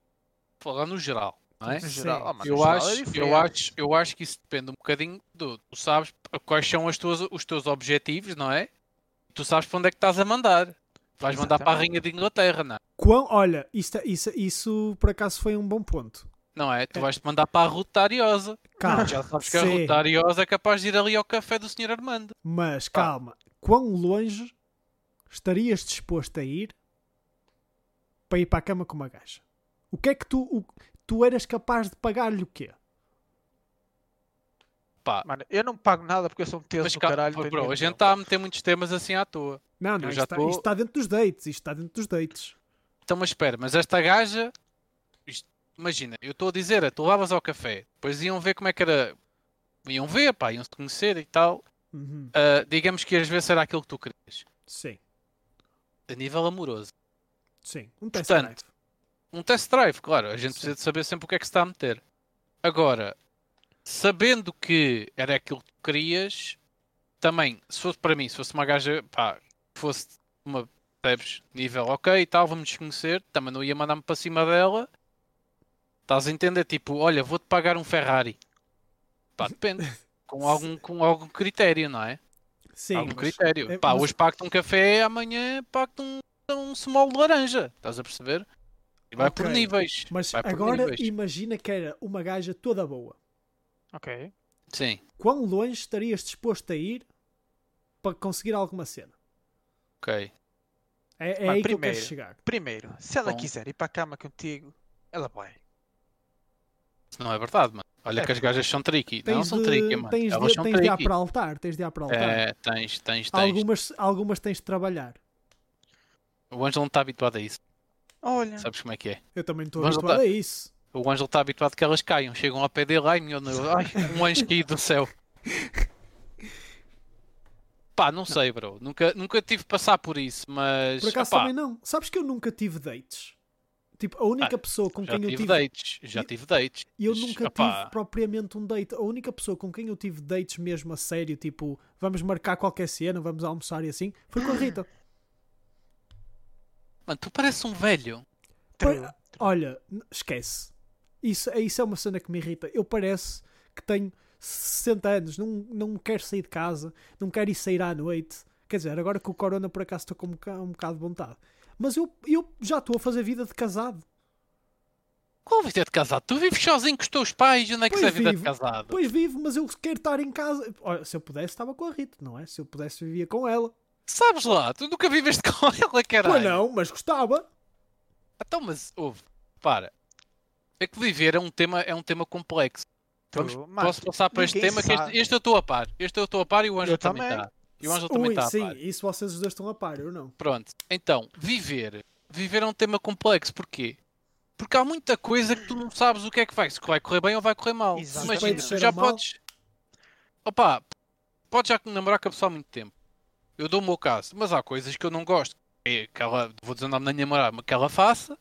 S3: Falar no geral, não é?
S2: No
S1: Sim.
S2: geral, ah, mano, no
S3: Eu
S2: geral é
S3: acho, eu,
S2: diferente.
S3: acho, eu acho que isso depende um bocadinho do. Tu sabes quais são as tuas, os teus objetivos, não é? Tu sabes para onde é que estás a mandar. Vais mandar para a
S2: Exatamente.
S3: Rainha de Inglaterra, não é?
S1: Quão- Olha, isto, é, isso, isso por acaso foi um bom ponto.
S3: Não é? Tu
S1: É.
S3: vais-te mandar para a Ruta Ariosa.
S1: Calma,
S3: Já sabes que a
S1: sim,
S3: Ruta Ariosa é capaz de ir ali ao café do Sr. Armando.
S1: mas calma. Quão longe estarias disposto a ir para ir para a cama com uma gaja? O que é que tu... o- tu eras capaz de pagar-lhe o quê?
S3: Pá,
S2: Ah, Mano, eu não pago nada porque eu sou um teso
S3: mas
S2: do
S3: calma,
S2: caralho.
S3: bro,
S2: tenho
S3: a
S2: dinheiro
S3: gente tá-
S2: meu.
S3: está a meter muitos temas assim à toa.
S1: Não, não,
S3: Eu
S1: isto
S3: já
S1: está,
S3: tô-
S1: isto está dentro dos dates. Isto está dentro dos dates.
S3: Então, mas espera, mas esta gaja imagina, eu estou a dizer, é, tu levavas ao café, depois iam ver como é que era. Iam ver, pá, iam se conhecer e tal.
S1: Uhum.
S3: Ah, digamos que às vezes era aquilo que tu querias.
S1: Sim,
S3: A nível amoroso.
S1: sim. Um test
S3: Portanto,
S1: drive.
S3: Um test drive, claro, a gente
S1: Sim.
S3: precisa de saber sempre o que é que se está a meter. Agora, sabendo que era aquilo que tu querias, também, se fosse para mim, se fosse uma gaja, pá, que fosse uma, percebes, nível ok e tal, vamos desconhecer, também não ia mandar-me para cima dela. Estás a entender? Tipo, olha, vou-te pagar um Ferrari. Pá, depende. Com algum, com algum critério, não é?
S1: Sim,
S3: algum
S1: mas-
S3: critério.
S1: é,
S3: Pá,
S1: mas-
S3: hoje pago-te um café, amanhã pago-te um, um small de laranja. Estás a perceber? E vai por
S1: Ok.
S3: níveis.
S1: mas
S3: vai por
S1: agora
S3: níveis.
S1: imagina que era uma gaja toda boa.
S2: Ok.
S3: Sim,
S1: Quão longe estarias disposto a ir para conseguir alguma cena?
S3: ok.
S1: É, é aí
S2: Mas
S1: que eu quero
S2: primeiro-
S1: chegar.
S2: Primeiro, se ela
S3: Bom.
S2: quiser ir para a cama contigo, ela vai.
S3: Isso não é verdade, mano. Olha
S2: É,
S3: que as gajas são tricky. Não
S1: Tens
S3: são
S1: de,
S3: tricky, mano.
S1: Tens,
S3: Elas
S1: de,
S3: são
S1: tens de ir tá?
S3: tricky.
S1: para altar, tens de ir para altar.
S3: É, tens, tens, tens.
S1: algumas, algumas tens de trabalhar.
S3: O Ângelo não está habituado a isso.
S2: Olha,
S3: Sabes como é que é?
S1: Eu também estou
S3: Vamos
S1: habituado a isso.
S3: O Ângelo está habituado que elas caiam. Chegam ao pé dele, ai meu Deus, ai, um anjo caído do céu. Pá, não sei, bro. Nunca, nunca tive de passar por isso, mas.
S1: Por acaso
S3: opá,
S1: também não. Sabes que eu nunca tive dates? Tipo, a única
S3: Ah,
S1: pessoa com
S3: já
S1: quem eu
S3: tive,
S1: tive.
S3: dates. Já
S1: e-
S3: tive dates.
S1: e Eu
S3: mas,
S1: nunca
S3: opá,
S1: tive propriamente um date. A única pessoa com quem eu tive dates mesmo a sério, tipo, vamos marcar qualquer cena, vamos almoçar e assim, foi com a Rita.
S3: Mano, tu pareces um velho.
S2: true.
S1: Pois- Olha, n- esquece. Isso, isso é uma cena que me irrita. Eu parece que tenho 60 anos, não, não quero sair de casa, não quero ir sair à noite. Quer dizer, agora que o corona por acaso estou com um bocado, um bocado de vontade. Mas eu, eu já estou a fazer vida de casado.
S3: Qual a vida de casado? Tu vives sozinho com os teus pais? Onde é que
S1: Pois
S3: isso é a vida de
S1: vivo.
S3: casado?
S1: Pois vivo, mas eu quero estar em casa. Olha, se eu pudesse, estava com a Rita, não é? Se eu pudesse, vivia com ela.
S3: Sabes lá, tu nunca viveste com ela, caralho.
S1: Pois não, mas gostava.
S3: Então, mas, ouve, para. É que viver é um tema, é um tema complexo. Vamos-
S2: True. Mano,
S3: Posso passar para este
S2: ninguém
S3: tema? Que este,
S2: sabe.
S3: este eu estou a par. Este eu estou a par e o Ângelo
S2: Eu
S3: também
S2: também.
S3: está. E o Ângelo também
S1: Ui,
S3: está a
S1: Sim,
S3: par.
S1: isso vocês os dois estão a par, eu não.
S3: Pronto, então, viver. Viver é um tema complexo. Porquê? Porque há muita coisa que tu não sabes o que é que vai. Se vai correr bem ou vai correr mal.
S2: Exato.
S3: Imagina,
S2: Suspeito
S3: tu
S1: ser
S3: já
S1: a mal.
S3: podes. Opa, podes já namorar com a pessoa há muito tempo. Eu dou o meu caso, mas há coisas que eu não gosto. É que ela, vou dizer o nome da minha namorada, mas que ela faça.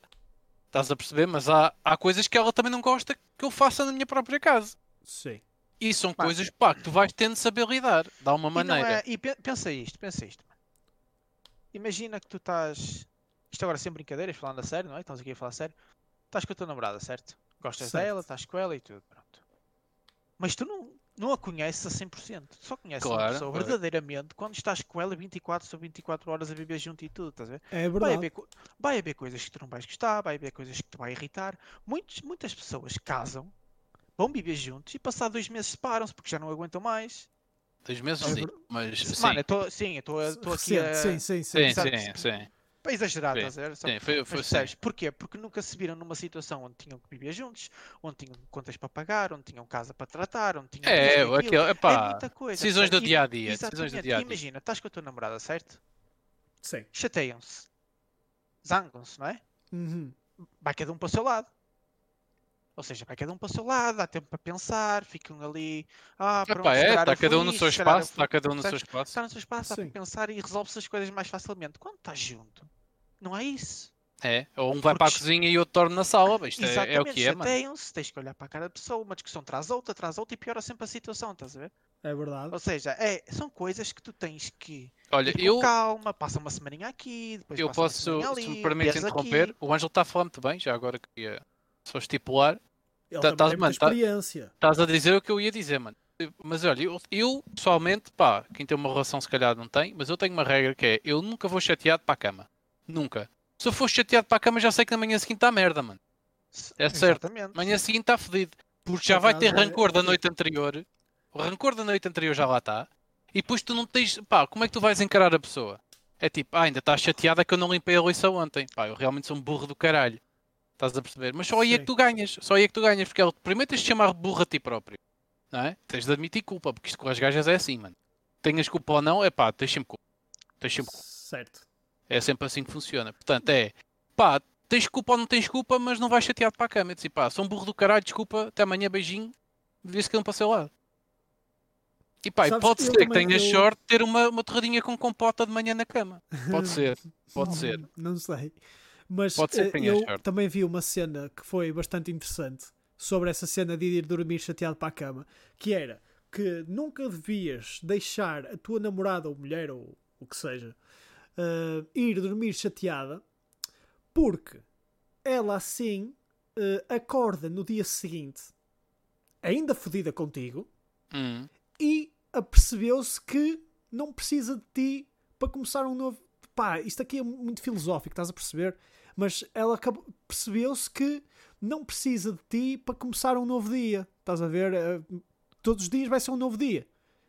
S3: Estás a perceber? Mas há, há coisas que ela também não gosta que eu faça na minha própria casa.
S1: Sim.
S3: E são
S2: Pá.
S3: coisas, pá, que tu vais tendo de saber lidar. Dá uma
S2: E, não
S3: maneira.
S2: é- e pe- pensa isto, pensa isto. mano. Imagina que tu estás. Isto agora sem brincadeiras, falando a sério, não é? Estamos aqui a falar a sério. Estás com a tua namorada, certo? Gostas
S1: Certo.
S2: dela, estás com ela e tudo, pronto. Mas tu não, não a conheces a 100%. Só conheces uma
S3: Claro,
S2: pessoa
S3: claro.
S2: verdadeiramente quando estás com ela 24 sobre 24 horas a viver junto e tudo, estás a ver?
S1: É
S2: Vai
S1: verdade.
S2: haver, co- vai haver coisas que tu não vais gostar, vai haver coisas que te vai irritar. Muitos, muitas pessoas casam, vão viver juntos e passar dois meses separam-se porque já não aguentam mais.
S3: Dois meses,
S1: É
S3: sim. Mas, sim.
S2: Mano, eu tô, sim, eu estou aqui
S1: Recente,
S2: a,
S1: sim, sim,
S3: sim,
S1: sim.
S2: sabe-
S3: sim, sim.
S2: a exagerar,
S3: Sim,
S2: estás a ver? Só-
S3: Sim, foi, assim.
S2: mas
S3: foi sim.
S2: percebes? Porquê? Porque nunca se viram numa situação onde tinham que viver juntos, onde tinham contas para pagar, onde tinham casa para tratar, onde tinham.
S3: É,
S2: isto e
S3: é,
S2: aquilo.
S3: aquilo,
S2: É
S3: epá,
S2: muita coisa.
S3: decisões do
S2: percebes? E-
S3: dia a dia, decisões
S2: Exatamente.
S3: do
S2: E
S3: dia a dia.
S2: Imagina, estás com a tua namorada, certo?
S1: Sim.
S2: Chateiam-se, zangam-se, não é?
S1: Uhum.
S2: Vai cada um para o seu lado. Ou seja, vai cada um para o seu lado, dá tempo para pensar, ficam ali. Ah, pronto,
S3: Epá,
S2: se
S3: é,
S2: calhar
S3: está
S2: eu
S3: cada um
S2: fui
S3: no
S2: isto,
S3: seu
S2: se calhar eu
S3: espaço,
S2: fui-
S3: está cada um no
S2: Percebes?
S3: seu espaço.
S2: está no seu espaço, dá para
S1: Sim.
S2: pensar e resolve-se as coisas mais facilmente. Quando estás junto, não é isso.
S3: É, ou um vai para a
S2: Porque-
S3: cozinha e outro torna na sala, mas isto é, é o
S2: Exatamente,
S3: que é, mano.
S2: chateiam-se, tens que olhar para a cara da pessoa, uma discussão traz outra, traz outra e piora sempre a situação, estás a ver?
S1: É verdade.
S2: Ou seja, é, são coisas que tu tens que
S3: Olha,
S2: ir com
S3: eu,
S2: calma, passa uma semaninha aqui, depois
S3: eu
S2: passa uma
S3: posso,
S2: semaninha
S3: se me
S2: ali,
S3: permites
S2: vês
S3: interromper,
S2: aqui.
S3: o Ângelo está a falar muito bem, já agora queria só estipular.
S1: Ele
S3: Tá-
S1: também
S3: tás-
S1: tem
S3: mano,
S1: muita
S3: tá-
S1: experiência.
S3: Estás a dizer o que eu ia dizer, mano. Mas olha, eu, eu pessoalmente, pá, quem tem uma relação se calhar não tem, mas eu tenho uma regra que é, eu nunca vou chateado para a cama. Nunca. Se eu for chateado para a cama, já sei que na manhã seguinte está merda, mano. É certo.
S2: Exatamente.
S3: Amanhã seguinte está fedido. Porque
S1: Por
S3: já vai ter
S1: acaso, é-
S3: rancor da noite anterior. O rancor da noite anterior já lá está. E depois tu não tens. Pá, como é que tu vais encarar a pessoa? É tipo, ah, ainda estás chateada que eu não limpei a louça ontem. Pá, eu realmente sou um burro do caralho. Estás a perceber? Mas só aí é que
S1: Sim.
S3: tu ganhas. Só aí é que tu ganhas. Porque ela- primeiro tens de chamar burro a ti próprio. Não é? Tens de admitir culpa. Porque isto com as gajas é assim, mano. Tenhas culpa ou não, é pá, Tipo, tens sempre culpa. Tens sempre culpa.
S1: Certo.
S3: É sempre assim que funciona. Portanto, é pá, tens culpa ou não tens culpa, mas não vais chateado para a cama. Eu disse, pá, sou um burro do caralho, desculpa, até amanhã, beijinho. Devia-se que não passei lá. E pá, e
S1: Sabes
S3: pode
S1: que eu
S3: ser que
S1: também-
S3: tenhas
S1: eu-
S3: sorte de ter uma, uma torradinha com compota de manhã na cama. Pode ser, pode ser.
S1: Não sei. Mas
S3: Pode ser que
S1: eh,
S3: tenhas
S1: eu
S3: sorte.
S1: também vi uma cena que foi bastante interessante sobre essa cena de ir dormir chateado para a cama, que era que nunca devias deixar a tua namorada ou mulher ou o que seja eh, ir dormir chateada porque ela assim eh, acorda no dia seguinte ainda fodida contigo
S3: Hum.
S1: e apercebeu-se que não precisa de ti para começar um novo. Pá, isto aqui é muito filosófico, estás a perceber? Mas ela acabou- percebeu-se que não precisa de ti para começar um novo dia. Estás a ver? Eh, Todos os dias vai ser um novo dia.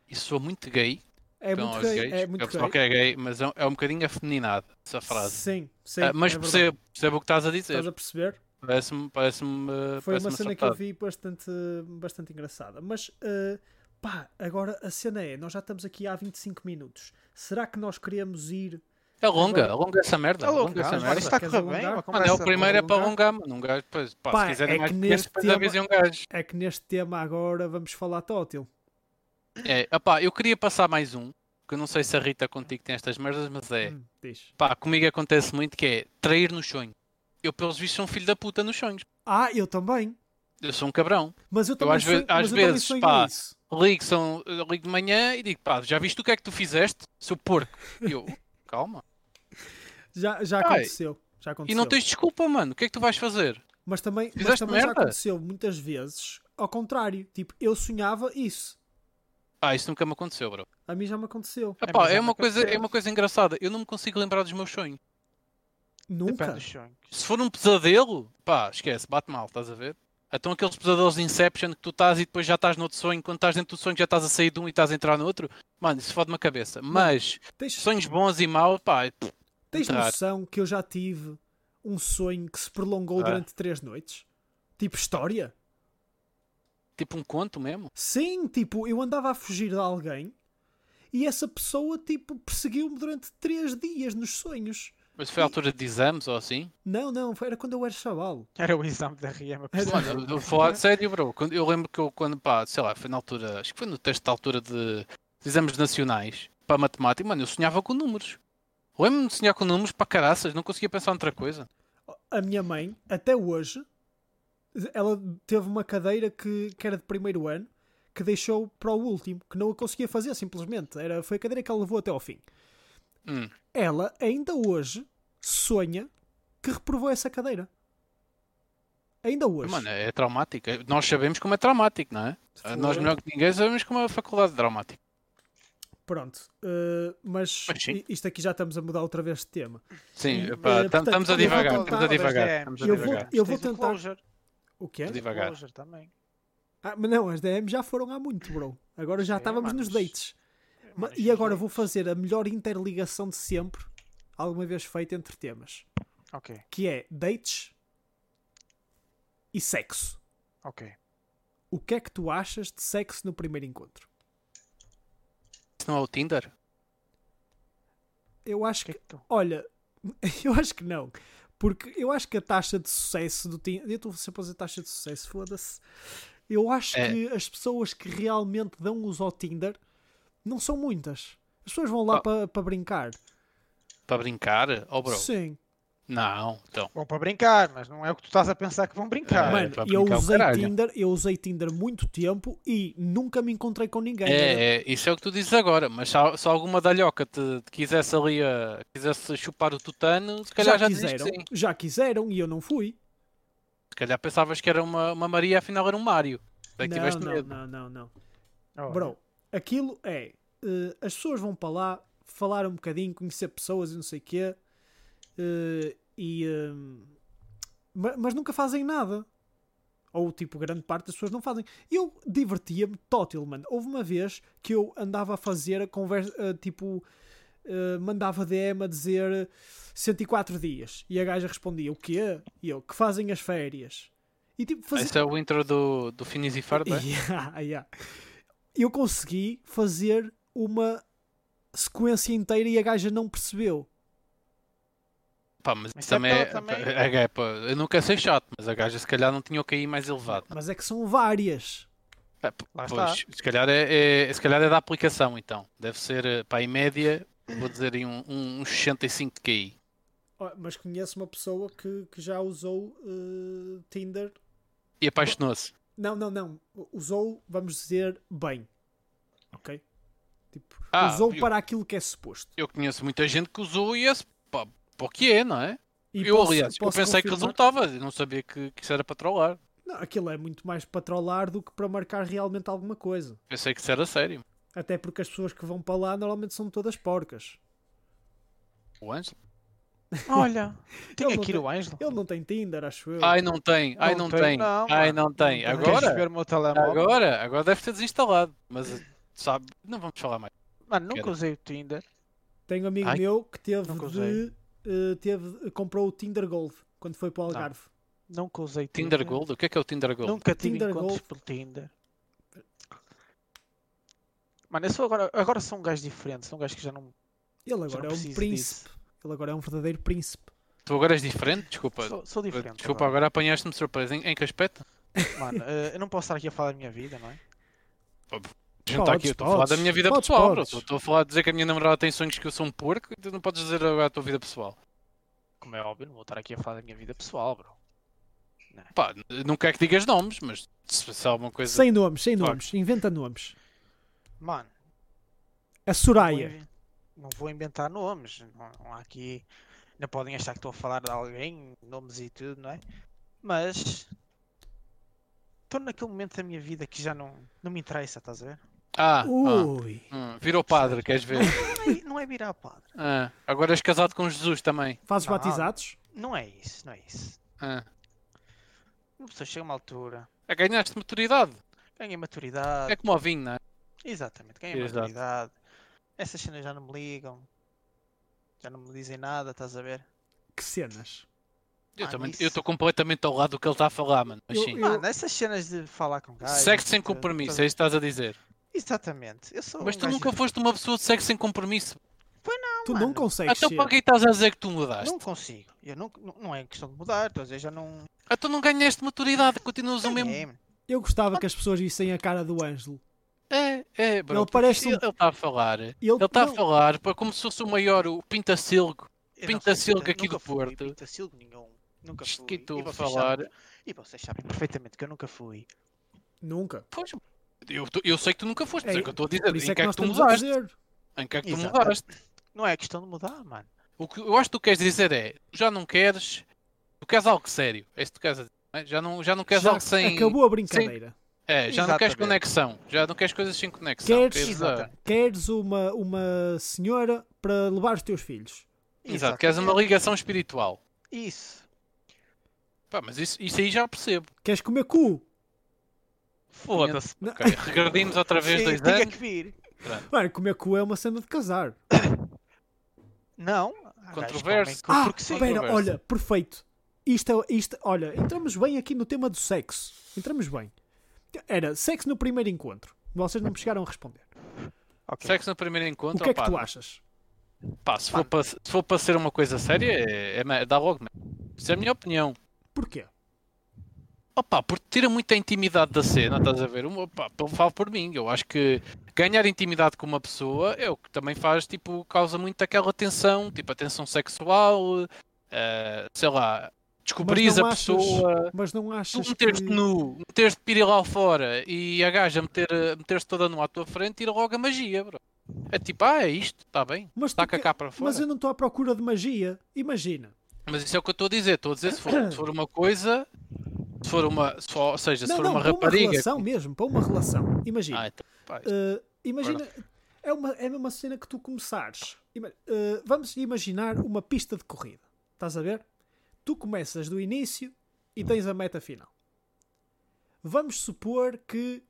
S3: Isso sou muito gay.
S1: É
S3: então,
S1: muito
S3: aos
S1: gay.
S3: gays,
S1: É
S3: porque
S1: muito
S3: a pessoa
S1: gay.
S3: que é gay, mas é, é um bocadinho afeminado essa frase.
S1: Sim, sim.
S3: Ah, mas
S1: é verdade.
S3: percebo, percebo o que estás a dizer.
S1: Estás a perceber?
S3: Parece-me parece-me, eh,
S1: Foi uma
S3: parece-me
S1: cena que eu
S3: acertado.
S1: vi bastante, bastante engraçada. Mas, eh, pá, agora a cena é: nós já estamos aqui há 25 minutos. Será que nós queremos ir
S3: É longa, alonga essa merda.
S2: Está Tá louco, ah,
S3: Alonga essa
S2: mano.
S3: merda.
S2: Isto está a
S1: Queres um
S2: correr bem.
S1: alongar?
S2: uma
S3: é Mano, é o
S2: conversa
S3: primeiro é para
S2: alongar.
S3: alongar, mano. Um gajo, depois, pá,
S1: Pá,
S3: se quiserem
S1: é
S3: mais
S1: que
S3: clientes,
S1: neste
S3: depois
S1: tema-
S3: avisem um gajo.
S1: é que neste tema agora vamos falar tótil.
S3: É, opá, eu queria passar mais um, que eu não sei se a Rita contigo tem estas merdas, mas é,
S1: Hum, diz.
S3: pá, comigo acontece muito que é trair nos sonhos. Eu, pelos vistos, sou um filho da puta nos sonhos.
S1: Ah, eu também.
S3: Eu sou um cabrão.
S1: Mas eu também
S3: às
S1: sonho,
S3: ve- às
S1: mas eu também
S3: vezes,
S1: sonho
S3: pá,
S1: isso.
S3: Ligo, são, ligo de manhã e digo, pá, já viste o que é que tu fizeste, seu porco? E eu, calma.
S1: Já, já
S3: ai,
S1: aconteceu. Já aconteceu.
S3: E não tens desculpa, mano. O que é que tu vais fazer?
S1: Mas também, mas
S3: Fizeste
S1: também já
S3: merda?
S1: aconteceu muitas vezes ao contrário. Tipo, eu sonhava isso.
S3: Ah, isso nunca me aconteceu, bro.
S1: A mim já me aconteceu.
S2: É,
S3: Epá,
S2: mas
S3: é,
S2: já me
S3: uma coisa, é
S2: aconteceu.
S3: uma coisa engraçada. Eu não me consigo lembrar dos meus sonhos.
S1: Nunca.
S2: Depende dos sonhos.
S3: Se for um pesadelo, pá, esquece, bate mal, estás a ver? Então aqueles pesadelos de Inception que tu estás e depois já estás noutro sonho, quando estás dentro do sonho já estás a sair de um e estás a entrar no outro, mano, isso fode-me a cabeça. Mas
S1: Tens,
S3: sonhos bons e maus, pá, é pff,
S1: tens
S3: entrar.
S1: noção que eu já tive um sonho que se prolongou
S3: Ah.
S1: durante três noites? Tipo, história?
S3: tipo um conto mesmo.
S1: Sim, tipo, eu andava a fugir de alguém e essa pessoa, tipo, perseguiu-me durante três dias nos sonhos.
S3: Mas foi a altura de exames ou assim.
S1: Não, não, foi- era quando eu era chaval.
S2: Era o exame da Riema.
S3: Mano, eu- eu vou falar sério, bro. Quando- Eu lembro que eu, quando, pá, sei lá, foi na altura, acho que foi no teste da altura de, de exames nacionais para matemática, mano, eu sonhava com números. Lembro-me de sonhar com números para caraças, não conseguia pensar noutra coisa.
S1: a minha mãe, até hoje, ela teve uma cadeira que, que era de primeiro ano que deixou para o último, que não a conseguia fazer simplesmente. Era, foi a cadeira que ela levou até ao fim.
S3: Hum.
S1: Ela ainda hoje sonha que reprovou essa cadeira. Ainda hoje.
S3: Mano, é traumático. Nós sabemos como é traumático, não é?
S1: Foi.
S3: Nós melhor que ninguém sabemos como é a faculdade de traumática.
S1: Pronto. Uh, mas
S3: Mas sim.
S1: i- isto aqui já estamos a mudar outra vez de tema.
S2: Sim.
S3: Sim, epá,
S1: Eh,
S3: tam- estamos
S1: portanto,
S3: a
S1: eu vou
S3: divagar,
S1: voltar é. outra
S3: estamos a divagar.
S2: DMs,
S3: Estamos a
S1: Eu vou-
S3: divagar.
S1: eu vou
S2: Tens o
S1: tentar-
S2: Closure.
S1: O que é?
S3: Diva-
S2: O
S3: Devagar.
S2: Closure também.
S1: Ah, mas não, as DM já foram há muito, bro. Agora já
S3: É,
S2: Sim,
S1: estávamos
S2: mano,
S1: nos
S2: mas-
S1: dates. Ma-
S2: Mano,
S1: E agora
S2: isto- é-
S1: vou fazer a melhor interligação de sempre, alguma vez feita entre temas,
S2: Ok,
S1: que é dates e sexo.
S2: ok.
S1: O que é que tu achas de sexo no primeiro encontro?
S3: Isso não é o Tinder?
S1: Eu acho
S2: O que é
S1: que,
S2: que tu-
S1: olha, eu acho que não, porque eu acho que a taxa de sucesso do Tinder, eu estou sempre a fazer taxa de sucesso, foda-se. Eu acho
S3: É.
S1: que as pessoas que realmente dão uso ao Tinder não são muitas. As pessoas vão lá
S3: Ah.
S1: para para brincar.
S3: Para brincar? Oh, bro.
S1: Sim.
S3: Não, então.
S2: Vão para brincar, mas não é o que tu estás a pensar que vão brincar.
S3: Mano,
S1: Mano,
S3: para
S1: eu
S3: brincar o
S1: usei
S3: caralho.
S1: Tinder, eu usei Tinder muito tempo e nunca me encontrei com ninguém. Era-
S3: É, é, isso é o que tu dizes agora, mas se, há- se alguma dalhoca te, te quisesse ali, a, quisesse chupar o tutano, se calhar
S1: já
S3: já, dizes que
S1: quiseram,
S3: sim.
S1: já quiseram e eu não fui.
S3: Se calhar pensavas que era uma, uma Maria, afinal era um Mário. Daí que
S1: Não,
S3: tiveste
S1: não,
S3: medo.
S1: não, não, não.
S2: Oh,
S1: Bro, aquilo é, eh, as pessoas vão para lá falar um bocadinho, conhecer pessoas e não sei o quê. eh, e eh, ma- mas nunca fazem nada. Ou, tipo, grande parte das pessoas não fazem. Eu divertia-me tótil, mano. Houve uma vez que eu andava a fazer a conversa, eh, tipo, eh, mandava DM a dizer 104 dias. E a gaja respondia, o quê? E eu, que fazem as férias? E, tipo, fazia...
S3: Esse é o intro do, do Finis e Fardo, é?
S1: Yeah, yeah. Eu consegui fazer uma sequência inteira e a gaja não percebeu.
S3: Pá, mas
S2: Mas
S3: isso
S2: é
S3: também, é,
S2: pela- também-
S3: pá, a gaja, pá, eu não quero ser chato, mas a gaja se calhar não tinha o KI mais elevado.
S1: Mas é que são várias.
S3: Ah, p-
S2: Lá
S3: pois, se calhar é, é- se calhar é da aplicação então. Deve ser, eh, pá, em média, vou dizer aí um, um, uns 65 de KI.
S1: Ó, Oh, Mas conheço uma pessoa que, que já usou eh, Tinder.
S3: E apaixonou-se.
S1: Não, não, não. Usou, vamos dizer, bem. Ok? Tipo,
S3: Ah,
S1: usou
S3: eu-
S1: para aquilo que é suposto.
S3: Eu conheço muita gente que usou e esse, pá, para o que é, não é?
S1: E
S3: eu,
S1: posso-
S3: aliás,
S1: posso
S3: eu pensei que
S1: confirmar-
S3: resultava, eu não sabia que, que isso era para trollar.
S1: Não, aquilo é muito mais para trollar do que para marcar realmente alguma coisa.
S3: Pensei que isso era sério.
S1: Até porque as pessoas que vão para lá normalmente são todas porcas.
S3: O Ângelo?
S2: Olha,
S1: Ele
S2: tem
S1: não
S2: aqui
S1: tem-
S2: o Ângelo.
S1: Ele não tem Tinder, acho eu.
S3: Ai, não tem, ai, não, tem, ai,
S2: mano.
S3: não tem.
S2: Não
S3: Agora,
S2: Queres ver o meu telemóvel?
S3: agora, agora deve ter desinstalado, mas sabe, não vamos falar mais.
S2: Mano, nunca
S3: Quero.
S2: usei o Tinder.
S1: Tenho um amigo
S3: Ai,
S1: meu que teve
S2: nunca usei.
S1: de. eh, teve, comprou o Tinder Gold quando foi
S3: Ah.
S1: para o Algarve.
S2: Nunca usei Tinder.
S1: Uhum.
S3: Tinder Gold? O que é que é o Tinder Gold?
S2: Nunca tive
S1: Tinder
S2: encontros
S1: Gold.
S2: por Tinder. Mano, eu sou agora, agora sou um gajo diferente, sou um gajo que já não.
S1: Ele
S2: Já não
S1: agora é um
S2: preciso
S1: príncipe. Ele agora é um verdadeiro príncipe.
S3: Tu agora és diferente? Desculpa.
S2: Sou, sou diferente.
S3: Desculpa, agora apanhaste-me de surpresa. Em, em que aspecto?
S2: Mano, eh, eu não posso estar aqui a falar da minha vida, não é?
S3: A gente tá aqui, eu estou a falar
S1: podes,
S3: da minha vida
S1: podes,
S3: pessoal, bro.
S1: podes.
S3: Estou a falar a dizer que a minha namorada tem sonhos que eu sou um porco e tu não podes dizer agora a tua vida pessoal.
S2: Como é óbvio, não vou estar aqui a falar da minha vida pessoal, bro.
S3: Pá, n- não quero que digas nomes, mas se, se há alguma coisa.
S1: Sem nomes, sem
S3: é. Claro.
S1: nomes. Inventa nomes.
S2: Mano,
S1: A
S2: não vou
S1: Soraya.
S2: inven- não vou inventar nomes. Não, não há aqui. Não podem achar que estou a falar de alguém, nomes e tudo, não é? Mas. Estou naquele momento da minha vida que já não, não me interessa, estás a ver?
S3: Ah, ah
S1: Ui.
S3: hum, virou padre, queres ver?
S2: Não é, não é virar padre.
S3: Ah, agora és casado com Jesus também.
S1: Fazes
S2: Não.
S1: batizados?
S2: Não é isso, não é isso.
S3: Ah.
S2: Uma pessoa chega a uma altura,
S3: Ah, Ganhaste maturidade.
S2: ganha maturidade.
S3: É como o vinho, não é?
S2: Exatamente, ganha
S3: Exato.
S2: maturidade. Essas cenas já não me ligam. Já não me dizem nada, estás a ver?
S1: Que cenas.
S3: Eu
S2: Ah,
S3: também
S2: nisso.
S3: eu estou completamente ao lado do que ele está a falar, mano. Mas
S1: Eu-
S3: sim.
S1: eu-
S2: Mano, essas cenas de falar com gajos.
S3: Sexo sem
S2: e tudo, estás
S3: compromisso,
S2: a
S3: é isso que estás a dizer.
S2: ver? Exatamente. Eu sou
S3: Mas
S2: um
S3: tu
S2: gajo
S3: nunca foste uma pessoa de sexo sem compromisso.
S2: diferente,
S1: tu não
S2: mano.
S1: consegues
S3: Então
S1: ser.
S3: para que estás a dizer que tu mudaste?
S2: Não consigo. Eu não, não, não é questão de mudar, estou a dizer, já não.
S3: Então não ganhaste maturidade, continuas o mesmo.
S1: É.
S2: Ganhei, mano.
S1: Eu gostava que as pessoas vissem a cara do Ângelo.
S3: É, é, bro.
S1: Ele parece um-
S3: Ele está a falar. Ele tá
S1: Ele
S3: está a
S1: não-
S3: falar pá, como se fosse o maior, o Pintasilgo.
S2: Eu não
S3: Pinta
S2: fui
S3: Silgo
S2: pinta-
S3: aqui
S2: nunca
S3: do
S2: fui
S3: Porto.
S2: Pinta Silgo nenhum. Nunca
S3: Isto
S2: fui.
S3: que estou
S2: E
S3: a
S2: vocês
S3: falar.
S2: sabem- E vocês sabem perfeitamente que eu nunca fui.
S1: Nunca.
S3: Pois, eu, tô- eu sei que tu nunca foste, por
S1: É,
S3: isso é que eu estou a dizer.
S1: Por isso
S3: Em
S1: é
S3: que
S1: que
S3: é
S1: nós
S3: que tu
S1: estamos a
S3: mudaste?
S1: dizer.
S3: Em que é que tu
S2: Exato.
S3: mudaste?
S2: Não é questão de mudar, mano.
S3: O que eu acho que tu queres dizer é: tu já não queres. Tu queres algo sério. É isso que tu queres dizer. não é? Já não, já não queres
S1: Já
S3: algo sem.
S1: Acabou a brincadeira.
S3: É, já não queres
S2: Exatamente.
S3: conexão. Já não queres coisas sem conexão.
S1: Queres-
S3: ah,
S2: Exatamente.
S1: Queres uma, uma senhora para levar os teus filhos.
S3: exato, queres uma ligação espiritual.
S2: Isso.
S3: Pá, mas isso, isso aí já percebo.
S1: Queres comer cu?
S3: Foda-se.
S1: Não.
S3: Ok, Regredimos outra vez
S2: Sim,
S3: dois
S2: tinha
S3: anos.
S2: que vir.
S1: Mano, comer cu é uma cena de casar.
S3: Ah,
S2: Não.
S3: Controverso.
S1: Ah,
S2: porque sim.
S1: espera,
S3: conversa.
S1: olha, perfeito. Isto, é- isto, olha, entramos bem aqui no tema do sexo. Entramos bem. Era sexo no primeiro encontro. Vocês não me chegaram a responder.
S2: Ok.
S3: Sexo no primeiro
S1: O
S3: encontro.
S1: que é que
S3: opá,
S1: tu achas?
S3: pá, se for para se for para ser uma coisa séria, é, é, me- dá logo. mesmo. Isso é a minha opinião.
S1: Porquê?
S3: Opa, porque tira muita intimidade da cena, estás a ver? Um, Opa, eu falo por mim, eu acho que ganhar intimidade com uma pessoa é o que também faz, tipo, causa muito aquela tensão, tipo, a tensão sexual, eh, sei lá, descobris
S1: não
S3: a
S1: achas-
S3: pessoa,
S1: Mas não
S3: tu
S1: achas
S3: meteres-te
S1: que...
S3: nu, meteres-te piril lá fora e a gaja meter- meter-se toda nua à tua frente, tira logo a magia, bro. É tipo, ah, é isto, está bem,
S1: Mas, tu
S3: taca
S1: que-
S3: cá para fora.
S1: mas eu não estou à procura de magia. Imagina.
S3: Mas isso é o que eu estou a dizer, estou a dizer, se for, se for uma coisa, se for uma, se for- ou seja, se
S1: não,
S3: for
S1: não,
S3: uma
S1: para
S3: rapariga...
S1: uma relação mesmo. Para uma relação. Imagina.
S3: Ah, então, pá, isto-
S1: Uh, imagina, é uma, é uma cena que tu começares. Ima- uh, vamos imaginar uma pista de corrida. Estás a ver? Tu começas do início e tens a meta final. Vamos supor que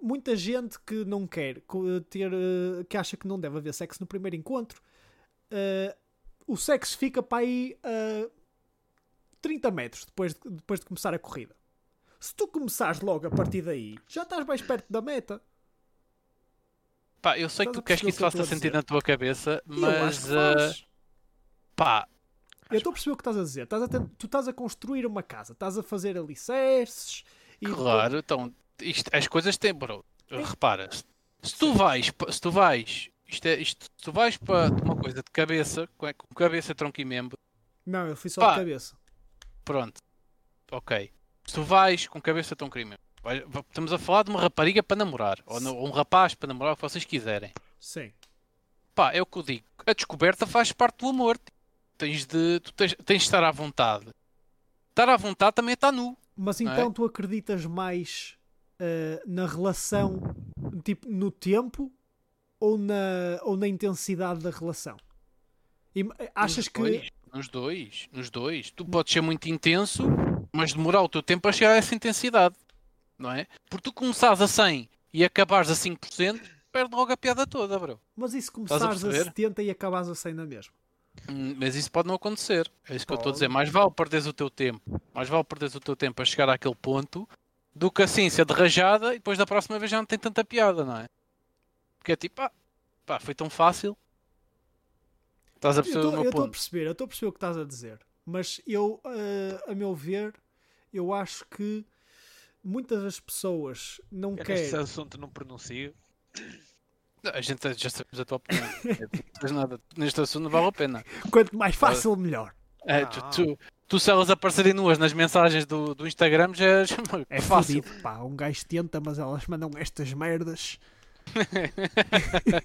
S1: muita gente que não quer co- ter, uh, que acha que não deve haver sexo no primeiro encontro, uh, o sexo fica para aí a 30 metros depois de- depois de começar a corrida. Se tu começares logo a partir daí, já estás mais perto da meta.
S3: Pá, eu sei que
S1: Estás
S3: tu
S1: a
S3: queres
S1: perceber
S3: que
S1: o
S3: isso
S1: que eu estou
S3: faça
S1: a
S3: sentido
S1: dizer?
S3: na tua cabeça,
S1: E eu acho
S3: mas
S1: que faz.
S3: eh, pá,
S1: Eu estou a perceber o que estás a dizer. Estás a ten- Tu estás a construir uma casa, estás a fazer alicerces e.
S3: Claro, então, isto- as coisas têm, bro. Repara, se- se tu vais, pa- se tu vais, isto é, isto, se tu vais para uma coisa de cabeça, com é, com cabeça, tronco e membro,
S1: Não, eu fui só
S3: Pá.
S1: de cabeça.
S3: pronto, ok. Se tu vais com cabeça, tronco e membro, vai- va- estamos a falar de uma rapariga para namorar, ou, na- ou um rapaz para namorar, o que vocês quiserem.
S1: Sim.
S3: Pá, é o que eu digo, a descoberta faz parte do amor. Tens de, tu tens, tens de estar à vontade. Estar à vontade também está nu.
S1: Mas
S3: Não é?
S1: então tu acreditas mais ah, na relação, tipo, no tempo ou na, ou na intensidade da relação? E- achas
S3: nos
S1: que.
S3: Dois, nos dois, nos dois. Tu podes ser muito intenso, mas demorar o teu tempo a chegar a essa intensidade, não é? Porque tu começares a 100 e acabares a 5%, perde logo a piada toda, bro.
S1: Mas e se
S3: a
S1: começares a,
S3: perceber?
S1: 70 e acabares a 100 na mesma?
S3: Hum, Mas isso pode não acontecer. É isso que eu estou a
S1: Pode.
S3: dizer. Mais vale perderes o teu tempo, mais vale perderes o teu tempo a chegar àquele ponto do que assim ser de rajada e depois da próxima vez já não tem tanta piada, não é? Porque é tipo, ah, pá, foi tão fácil. Estás a perceber
S1: Eu
S3: o meu
S1: estou a
S3: ponto?
S1: perceber, eu estou a perceber o que estás a dizer. Mas eu, ah, a meu ver, eu acho que muitas das pessoas não
S3: É
S2: Eu neste
S1: querem.
S2: assunto não pronuncio.
S3: Não, A gente já sabemos a tua opinião. É tipo, Não tens nada. Neste assunto não vale a pena.
S1: Quanto mais fácil, melhor.
S3: É, tu,
S2: Não.
S3: tu, tu se elas aparecerem nuas nas mensagens do, do Instagram já és
S1: É
S3: fácil.
S1: fácil. Pá, um gajo tenta, mas elas mandam estas merdas. É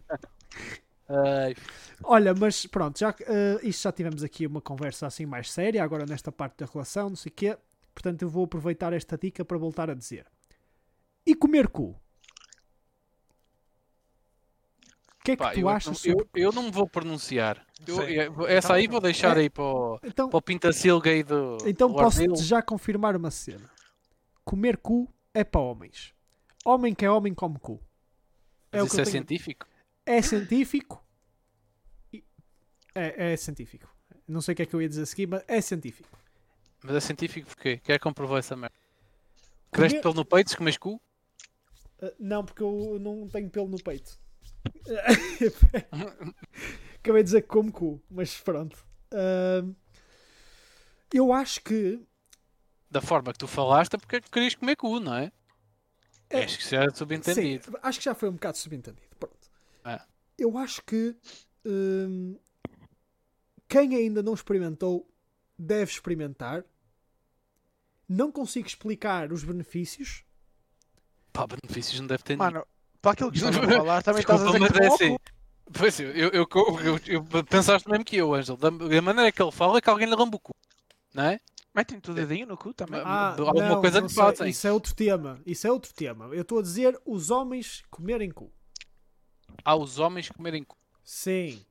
S3: Ai,
S1: Olha, mas pronto, já, que, eh, isto já tivemos aqui uma conversa assim mais séria, agora nesta parte da relação, não sei o quê. Portanto, eu vou aproveitar esta dica para voltar a dizer. E comer cu? O que é que
S3: pá,
S1: tu
S3: eu,
S1: achas?
S3: não,
S1: sobre-
S3: eu- eu não me vou pronunciar. Eu-
S2: Sim.
S3: eu- essa aí vou deixar aí para o,
S1: Então,
S3: para o Pinta Silga aí do.
S1: então
S3: do
S1: posso
S3: Ardil.
S1: já confirmar uma cena. Comer cu é para homens. Homem que é homem come cu. É
S3: Mas
S1: o que eu
S3: isso é
S1: tenho-
S3: científico?
S1: é científico. e- É, é científico. Não sei o que é que eu ia dizer a seguir, mas é científico.
S3: Mas é científico porquê? Quer comprovar essa merda? Cresce
S1: Comer-
S3: pelo no peito, se comes cu?
S1: Uh, não, porque eu não tenho pelo no peito. Acabei de dizer que como cu, mas pronto. Ahm, eu acho que.
S3: Da forma que tu falaste, é porque querias comer cu, não é?
S1: É.
S3: Acho que isso já é subentendido.
S1: Sim, acho que já foi um bocado subentendido. Pronto.
S3: Ah.
S1: Eu acho que. ahm, quem ainda não experimentou deve experimentar. Não consigo explicar os benefícios.
S3: Pá, benefícios não deve ter nenhum.
S2: Mano, para aquilo que estás a falar, também estás a dizer
S3: Desculpa,
S2: que
S3: mas é
S2: tomou
S3: assim.
S2: cu.
S3: Pois, eu, eu, eu, eu, eu- pensaste mesmo que eu, Ângelo. Da, da maneira que ele fala, é que alguém lhe lambe o cu. Não é?
S2: Metem-te o dedinho um no cu também.
S3: Ah, alguma
S1: não,
S3: coisa
S1: não
S3: que
S1: sei.
S3: fazem.
S1: Isso é outro tema. Isso é outro tema. Eu estou a dizer os homens comerem cu.
S3: Há os homens que comerem cu.
S1: Sim.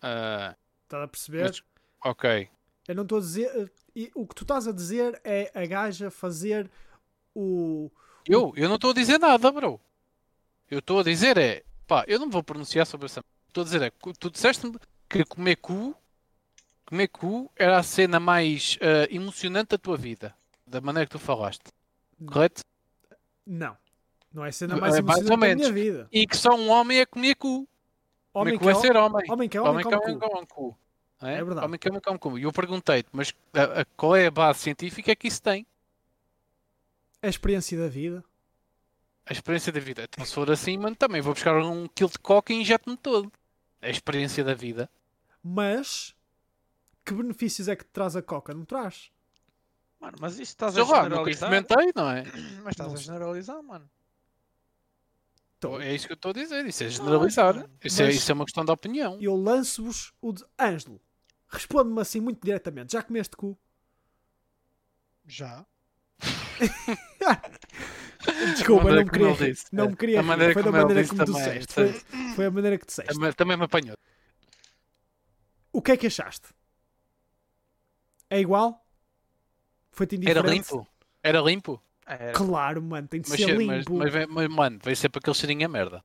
S3: Ah,
S1: Estás a perceber?
S3: Mas- ok.
S1: Eu não estou a dizer. e o que tu estás a dizer é a gaja fazer o.
S3: Eu, eu não estou a dizer nada, bro. Eu estou a dizer é. Pá, eu não vou pronunciar sobre essa. Estou a dizer é. cu- Tu disseste-me que comer cu. Comer cu era a cena mais ah, emocionante da tua vida. Da maneira que tu falaste. Correto?
S1: Não. Não é a cena mais
S3: É, mais
S1: emocionante
S3: ou
S1: da
S3: menos.
S1: minha vida.
S3: E que só um homem é comer cu.
S1: Homem que
S3: comer cu
S1: é
S3: é ser homem.
S1: homem, que é homem,
S3: Homem
S1: come
S3: que é
S1: cu.
S3: homem com cu. não
S1: É verdade.
S3: Homem que é homem com cu. E eu perguntei-te, mas a- a- qual é a base científica que isso tem?
S1: É A experiência da vida.
S3: A experiência da vida. Então, se for assim, mano, também vou buscar um quilo de coca e injeto-me todo. A experiência da vida.
S1: Mas. Que benefícios é que te traz a coca? Não traz?
S2: Mano, mas isto estás
S3: Sei
S2: a
S3: lá, nunca
S2: generalizar. Hum,
S3: experimentei, não é?
S2: Mas estás
S1: Não
S2: a
S1: sei.
S2: generalizar, mano.
S1: Então,
S3: É isso que eu estou a dizer.
S2: Ah,
S3: Isso é generalizar.
S2: mano,
S3: Isso, é,
S1: mas-
S3: isso é uma questão de opinião.
S1: eu lanço-vos o. De... Ângelo, responde-me assim muito diretamente. Já comeste cu?
S2: Já.
S1: Desculpa, não
S3: maneira
S1: me
S3: como
S1: queria.
S3: ele
S1: rir.
S3: disse,
S1: Não
S3: é.
S1: me queria.
S3: A
S1: rir,
S3: maneira
S1: Foi da
S3: como ele
S1: maneira
S3: disse
S1: como tu
S3: também,
S1: disseste. Foi, foi a maneira que disseste.
S3: Também, também me apanhou.
S1: O que é que achaste? É igual? Foi-te
S3: Era
S1: indiferente?
S3: limpo. Era limpo.
S2: É,
S1: Claro, mano, tem de
S3: Mas,
S1: ser
S3: che- mas,
S1: é limpo.
S3: mas, vem- mas, mano, vai ser para aquele cheirinho a merda.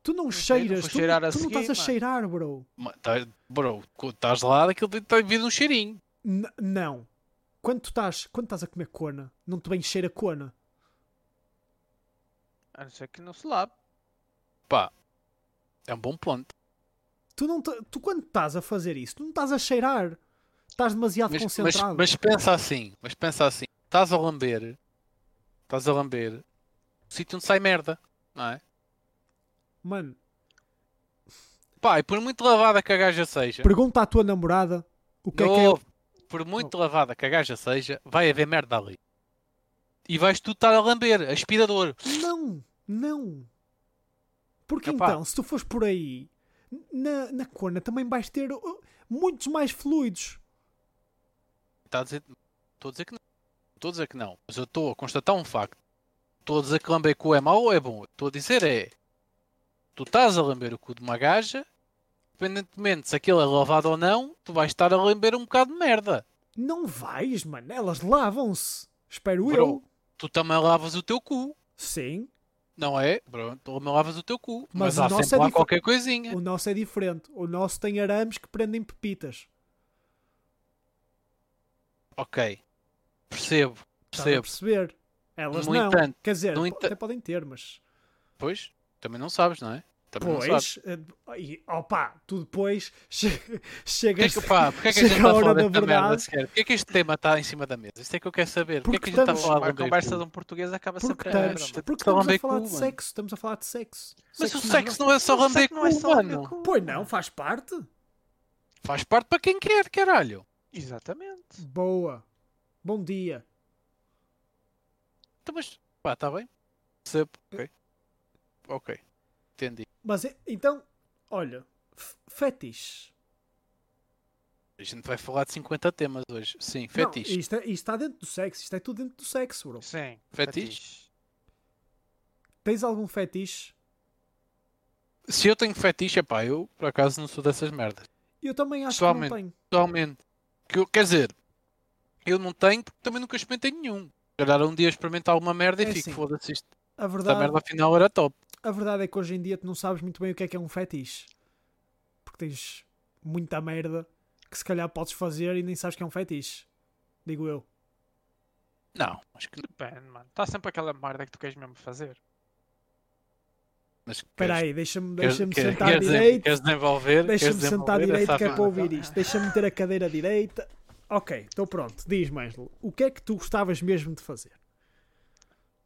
S1: tu não
S2: sei,
S1: cheiras,
S2: não vou
S1: tu,
S2: cheirar a
S1: tu não
S2: seguir,
S1: estás a
S2: mano.
S1: cheirar, bro.
S3: Mano, tá- Bro, cu- estás lá, aquilo tem- tem vindo um cheirinho.
S1: N- não. Quando tu estás, quando estás a comer cona, não te bem cheira cona.
S2: A não ser que não se lave.
S3: Pá, é um bom ponto.
S1: Tu, não te- tu quando estás a fazer isso, tu não estás a cheirar. Estás demasiado
S3: Mas, mas-
S1: Tá concentrado.
S3: mas pensa assim, mas pensa assim, estás a lamber, estás a lamber, o sítio onde sai merda, não é?
S1: Mano,
S3: Pá, e por muito lavada que a gaja seja,
S1: pergunta à tua namorada o que é que é.
S3: não, por muito lavada que a gaja seja, vai haver merda ali. E vais tu estar a lamber, aspirador.
S1: Não, não. Porque
S3: Epá.
S1: então, se tu fores por aí, na, na corna também vais ter uh, muitos mais fluidos.
S3: Tá a dizer- Estou a dizer que não. Estou a dizer que não. Mas eu estou a constatar um facto. Estou a dizer que lamber cu é mau ou é bom? Estou a dizer é. Tu estás a lamber o cu de uma gaja, independentemente se aquilo é lavado ou não, tu vais estar a lamber um bocado de merda.
S1: Não vais, mano. Elas lavam-se. Espero
S3: Bro.
S1: eu.
S3: Tu também lavas o teu cu,
S1: Sim.
S3: não é? Pronto, tu também lavas o teu cu.
S1: Mas
S3: Mas,
S1: o
S3: há
S1: nosso
S3: sempre
S1: é
S3: lá
S1: difer-
S3: qualquer coisinha.
S1: O nosso é diferente. O nosso tem arames que prendem pepitas.
S3: Ok. Percebo.
S1: Estás a
S3: Percebo.
S1: perceber? Elas
S3: No
S1: não.
S3: entanto,
S1: Quer dizer,
S3: no
S1: po-
S3: entan-
S1: até podem ter, mas.
S3: Pois, também não sabes, não é? Também não sabes.
S1: Pois. eh, e- Opa, tu depois che-
S3: Porquê
S1: chegas.
S3: é que, pá, porquê é que a
S1: chega
S3: gente está
S1: a
S3: a
S1: hora
S3: falar
S1: da
S3: desta merda
S1: verdade.
S3: sequer? Porquê é que este tema está em cima da mesa? Isto é que eu quero saber. Porquê
S1: Porque
S3: que a gente está a
S1: estamos-
S3: falar
S2: Uma
S3: de um
S2: conversa
S3: beijo?
S2: de um português acaba
S1: Porque
S2: sempre a
S1: estamos,
S2: merda, mano.
S1: porque
S3: Só
S1: estamos a
S3: lamber
S1: falar
S3: cu,
S1: de
S3: mano.
S1: sexo. Estamos a falar de sexo.
S3: Mas o
S1: nos
S3: sexo não é só
S2: Mas
S3: lamber
S2: sexo não é
S3: cu,
S2: só lamber
S3: mano.
S2: cu.
S1: Pois não, faz parte.
S3: Faz parte para quem quer, caralho.
S2: Exatamente.
S1: Boa. Bom dia.
S3: Então, mas, pá, está bem? Percebo. Ok. Ok. Entendi.
S1: Mas e- então, olha, f- fetiche.
S3: A gente vai falar de 50 temas hoje. Sim,
S1: Não,
S3: fetiche.
S1: isto, é- isto está dentro do sexo. Isto é tudo dentro do sexo, bro.
S2: Sim.
S3: Fetiche?
S1: Tens algum fetiche?
S3: Se eu tenho fetiche, é pá, eu por acaso não sou dessas merdas.
S1: Eu também acho que não
S3: Pessoalmente.
S1: tenho.
S3: Totalmente. Que eu, quer dizer, eu não tenho porque também nunca experimentei nenhum. Se calhar um dia experimentar alguma merda e
S1: É
S3: fico,
S1: assim.
S3: foda-se isto.
S1: A
S3: Esta
S1: verdade,
S3: merda afinal era top.
S1: a verdade é que hoje em dia tu não sabes muito bem o que é que é um fetiche. Porque tens muita merda que se calhar podes fazer e nem sabes que é um fetiche. Digo eu.
S3: Não, acho que não.
S2: Depende, mano. Está sempre aquela merda que tu queres mesmo fazer.
S3: Mas
S1: Espera aí, deixa-me
S3: queres-
S1: deixa-me
S3: queres-
S1: sentar
S3: queres-
S1: direito.
S3: Queres desenvolver?
S1: Deixa-me
S3: queres
S1: sentar
S3: desenvolver
S1: direito
S3: essa
S1: que é para
S3: afirmação?
S1: ouvir isto. Deixa-me ter a cadeira direita. Ok, estou pronto. Diz, Mângelo, o que é que tu gostavas mesmo de fazer?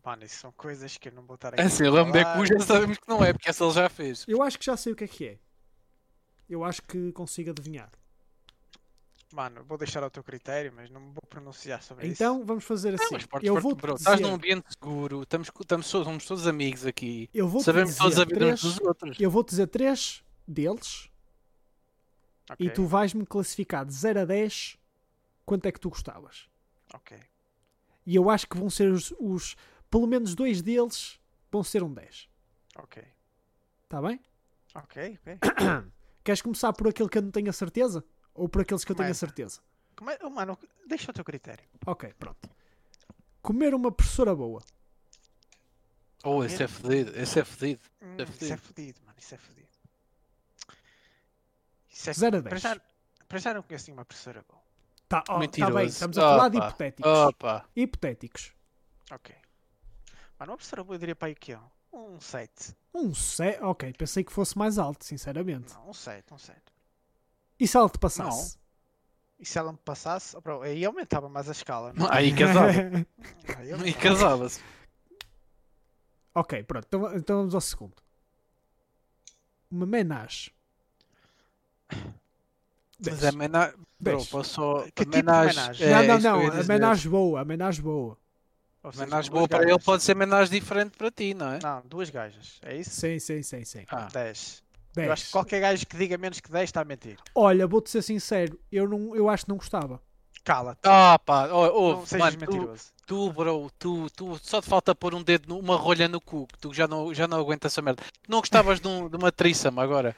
S2: Mano, isso são coisas que eu não vou estar aqui.
S3: É Assim,
S2: a
S3: lamber
S2: falar.
S3: cu já sabemos que não é, porque essa ele já fez.
S1: Eu acho que já sei o que é que é. Eu acho que consigo adivinhar.
S2: Mano, vou deixar ao teu critério, mas não me vou pronunciar sobre isso.
S1: Então vamos fazer assim.
S3: É Mas porta,
S1: eu
S3: porta,
S1: vou
S3: bro, estás num
S1: dizer,
S3: ambiente seguro, estamos, co- estamos, todos- somos todos amigos aqui,
S1: eu vou
S3: sabemos
S1: dizer
S3: todos a vida uns
S1: três,
S3: dos outros.
S1: eu vou dizer três deles
S2: Ok,
S1: e tu vais-me classificar de 0 a 10 quanto é que tu gostavas.
S2: ok.
S1: E eu acho que vão ser os, os- pelo menos dois deles vão ser um 10.
S2: Ok,
S1: Está bem?
S2: ok, ok.
S1: Queres começar por aquele que eu não tenho a certeza? Ou por aqueles que eu tenho a
S2: Começa.
S1: certeza?
S2: Como é- oh, mano, deixa o teu critério.
S1: Ok, pronto. Comer uma professora boa.
S3: Oh, esse é fedido, esse é fedido.
S2: Hum, isso
S3: É
S2: é
S3: fedido.
S2: fodido, mano, isso é fodido. Isso é
S1: Zero a
S2: para
S1: dez.
S2: já- Para já não conheço nenhuma professora boa.
S1: Tá, ó, tá
S3: Mentiroso.
S1: bem, estamos a falar de
S3: Opa.
S1: hipotéticos.
S3: Opa,
S1: Hipotéticos.
S2: Ok. Mano, uma professora boa eu diria para aí que ó, um 7.
S1: Um 7. Ok, pensei que fosse mais alto, sinceramente.
S2: Não, um 7, um 7.
S1: E se ela te passasse?
S2: E se ela me passasse, oh, bro, aí aumentava mais a escala, não? é?
S3: aí casava,
S2: Aí
S3: aí
S2: aumentava.
S3: casava-se.
S1: ok, pronto, então, então vamos ao segundo. Uma menage.
S3: Mas é mena... Bro,
S1: Dez.
S3: posso só...
S2: Que tipo de
S3: menage-
S2: menage?
S1: não,
S3: é,
S1: não,
S3: isso que eu ia
S1: não, a
S3: dizer.
S1: menage boa, a menage boa.
S2: Ou seja,
S3: Menage
S2: duas
S3: boa para ele
S2: gajas.
S3: pode ser menage diferente para ti, não é?
S2: Não, duas gajas, é isso?
S1: Sim, sim, sim, sim.
S3: Ah,
S2: 10. Eu acho
S1: 10.
S2: que qualquer gajo que diga menos que 10 está a mentir.
S1: Olha, vou-te ser sincero, eu, não, eu acho que não gostava.
S2: Cala-te.
S3: ah pá, oh, oh,
S2: não sejas
S3: mano, tu-
S2: mentiroso.
S3: Tu, bro, tu, tu, só te falta pôr um dedo, nu- uma rolha no cu, que tu já não, já não aguentas essa merda. Não gostavas de, um- de uma trissama agora?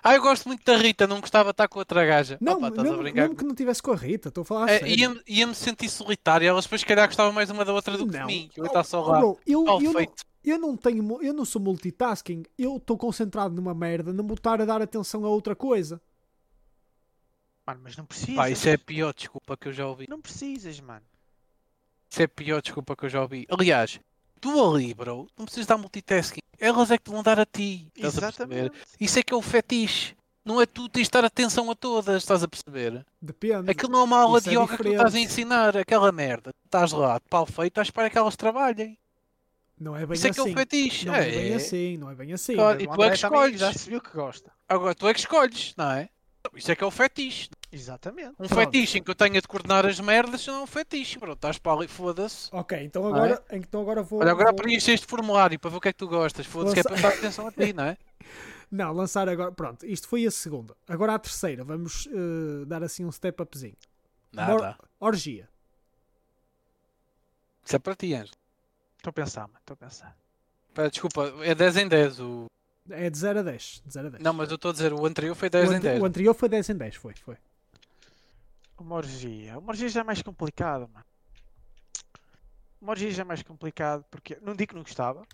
S3: Ah, eu gosto muito da Rita, não gostava de estar com outra gaja.
S1: Não,
S3: Opa, Ah, estás a
S1: mesmo,
S3: brincar
S1: mesmo que não tivesse com a Rita, estou a falar a
S3: É,
S1: sério.
S3: ia-me, ia-me sentir solitário, elas depois se calhar gostavam mais uma da outra do que de
S1: Não.
S3: mim. Eu
S1: Oh,
S3: ia estar só
S1: oh,
S3: lá.
S1: bro, eu,
S3: Mal
S1: eu não,
S3: feito.
S1: eu não tenho, mu- eu não sou multitasking, eu estou concentrado numa merda, não botar a dar atenção a outra coisa.
S2: Mano, mas não precisas.
S3: Pá, isso é a pior desculpa que eu já ouvi.
S2: Não precisas, mano.
S3: Isso é a pior desculpa que eu já ouvi. Aliás, tu ali, bro, não precisas dar multitasking. Elas é que te vão dar a ti. Estás a perceber?
S2: Exatamente.
S3: Isso é que é o fetiche. Não é tu tens de estar atenção a todas, estás a perceber?
S1: Depende.
S3: Aquilo não é uma aula
S1: Isso
S3: de
S1: é
S3: yoga que tu
S1: diferente.
S3: estás a ensinar, aquela merda. Estás lá, de pau feito, à espera que elas trabalhem.
S1: Não é bem
S3: Isso é que é
S1: assim.
S3: um fetiche.
S1: não é,
S3: é,
S1: bem assim, não é bem assim.
S3: Claro,
S1: É-
S3: e
S2: O
S3: tu é
S2: André
S3: que
S2: também
S3: escolhes.
S2: já se viu que gosta.
S3: Agora tu é que escolhes, não é? Isso é que é o fetiche.
S2: Exatamente.
S3: Um
S1: Pronto.
S3: fetiche em que eu tenha de coordenar as merdas não é um fetiche. Pronto, estás para ali, foda-se.
S1: Ok, então
S3: Não é?
S1: agora, então agora vou.
S3: Olha, agora
S1: vou-
S3: preenche este formulário para ver o que é que tu gostas. Foda-se, que é para
S1: Lança-
S3: dar atenção a ti, não é?
S1: Não, lançar agora. Pronto, isto foi a segunda. Agora a terceira. Vamos eh, dar assim um step upzinho. Mor-
S3: Nada.
S1: Orgia.
S3: Isso é para ti, Anjo.
S2: Estou a pensar, mano. Estou a pensar.
S3: Pera, desculpa, é 10 em 10. O...
S1: É de 0 a 10. De 0 a 10.
S3: Não, mas eu estou a dizer, o anterior foi
S1: o,
S3: 10 em
S1: ante-
S3: 10.
S1: o anterior foi 10 em 10, foi. foi.
S2: Uma orgia. Uma orgia já é mais complicado, mano. Uma orgia já é mais complicado porque. Não digo que não gostava.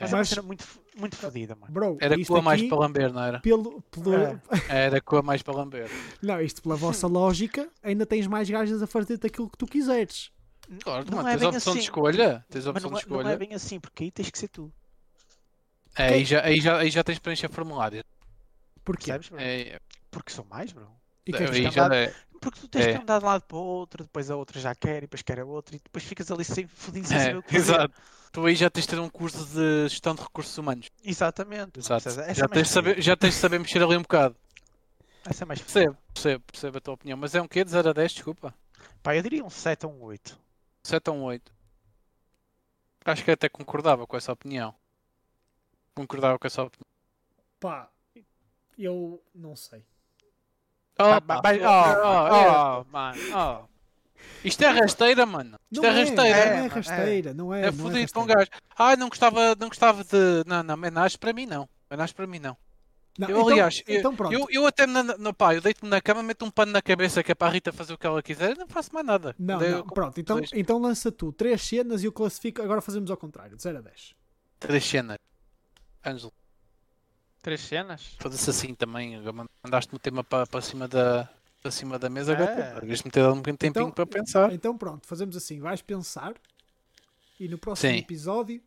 S2: Mas é uma
S1: Mas-
S2: cena muito, f- muito fodida, mano.
S1: Bro,
S3: Era
S1: isto
S3: com a mais
S1: aqui,
S3: para lamber, não era?
S1: pelo, pelo-
S2: É.
S3: Era com a mais para lamber.
S1: Não, isto pela vossa lógica, ainda tens mais gajas a fazer-te aquilo que tu quiseres.
S3: Claro,
S2: Não
S3: mano,
S2: é
S3: tens
S2: bem
S3: a opção de
S2: assim.
S3: escolha. Tens a
S2: Mas
S3: opção
S2: não
S3: de
S2: é, não é
S3: escolha.
S2: bem assim, porque aí tens que ser tu.
S3: É, aí, já, aí, já, aí já tens de preencher formulários.
S1: Porquê?
S2: Percebes, bro?
S3: É,
S2: Porque são mais, bro.
S1: E que é que
S3: aí
S1: está-
S3: já
S2: chamado?
S3: é.
S2: Porque tu tens
S3: É.
S2: que andar de um lado para o outro, depois a outra já quer, e depois quer a outra, e depois ficas ali sem fodido sem
S3: é,
S2: saber o que fazer.
S3: exato. Tu aí já tens de ter um curso de gestão de recursos humanos.
S2: Exatamente. mano,
S3: Exato.
S2: percebes? Essa
S3: Já
S2: é mais
S3: tens, de saber,
S2: fodida.
S3: já tens de saber mexer ali um bocado.
S2: Essa é mais fodida.
S3: Percebo, percebo, percebo a tua opinião. Mas é um quê? De 0 a 10, desculpa.
S2: Pá, eu diria um 7 ou um 8.
S3: 7 a um 8. Acho que até concordava com essa opinião. Concordava com essa opinião.
S1: Pá, eu não sei. Tá
S3: Oh,
S2: ba-
S3: pá,
S2: ba-
S3: oh,
S2: oh,
S3: oh, oh, mano, oh. Isto é rasteira, mano. Isto
S1: Não
S3: é
S1: é,
S3: rasteira.
S1: não é
S2: mano,
S1: rasteira, não é.
S3: É
S1: não
S3: fodido para um
S1: rasteira.
S3: gajo. Ah, não gostava, não gostava de. Não, não, menage para mim não. Menage para mim não.
S1: Não,
S3: eu,
S1: então-
S3: aliás, eu-
S1: então pronto.
S3: Eu, eu até na, na, pá, eu deito-me na cama, meto um pano na cabeça que é para a Rita fazer o que ela quiser, eu não faço mais nada.
S1: Não,
S3: Daí
S1: não,
S3: eu-
S1: pronto, então,
S3: dois.
S1: então lança tu três cenas e eu classifico. Agora fazemos ao contrário, de 0 a 10.
S3: Três cenas. Ângelo,
S2: Três cenas?
S3: foda-se assim também. agora Mandaste-me o tema para, para, cima da, para cima da mesa, agora
S2: É.
S3: é. me ter dado um bocadinho de tempinho
S1: Então-
S3: para pensar.
S1: Então pronto, fazemos assim: vais pensar e no próximo
S3: Sim.
S1: episódio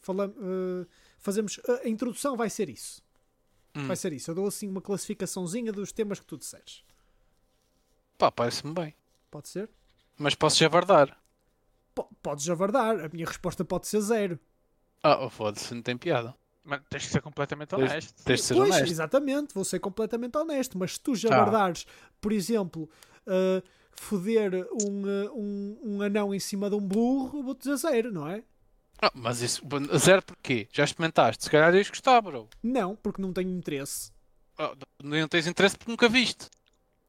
S1: falam, eh, fazemos. a- A introdução vai ser isso.
S3: Hum.
S1: Vai ser isso. Eu dou assim uma classificaçãozinha dos temas que tu disseres.
S3: Pá, parece-me bem.
S1: Pode ser?
S3: Mas posso já vardar.
S1: Po- podes avardar. A minha resposta pode ser zero.
S3: Ah, oh, foda-se, não tem piada.
S2: Mas tens que ser completamente
S3: Três-
S2: honesto.
S3: Tens de ser
S1: pois,
S3: honesto.
S1: exatamente. Vou ser completamente honesto. Mas se tu já
S3: Tá.
S1: avardares, por exemplo, eh, foder um, eh, um, um anão em cima de um burro, eu vou dizer zero, não é?
S3: Ah, mas isso, zero porquê? Já experimentaste? Se calhar ias gostar, bro.
S1: Não, porque não tenho interesse.
S3: Ah, não tens interesse porque nunca viste.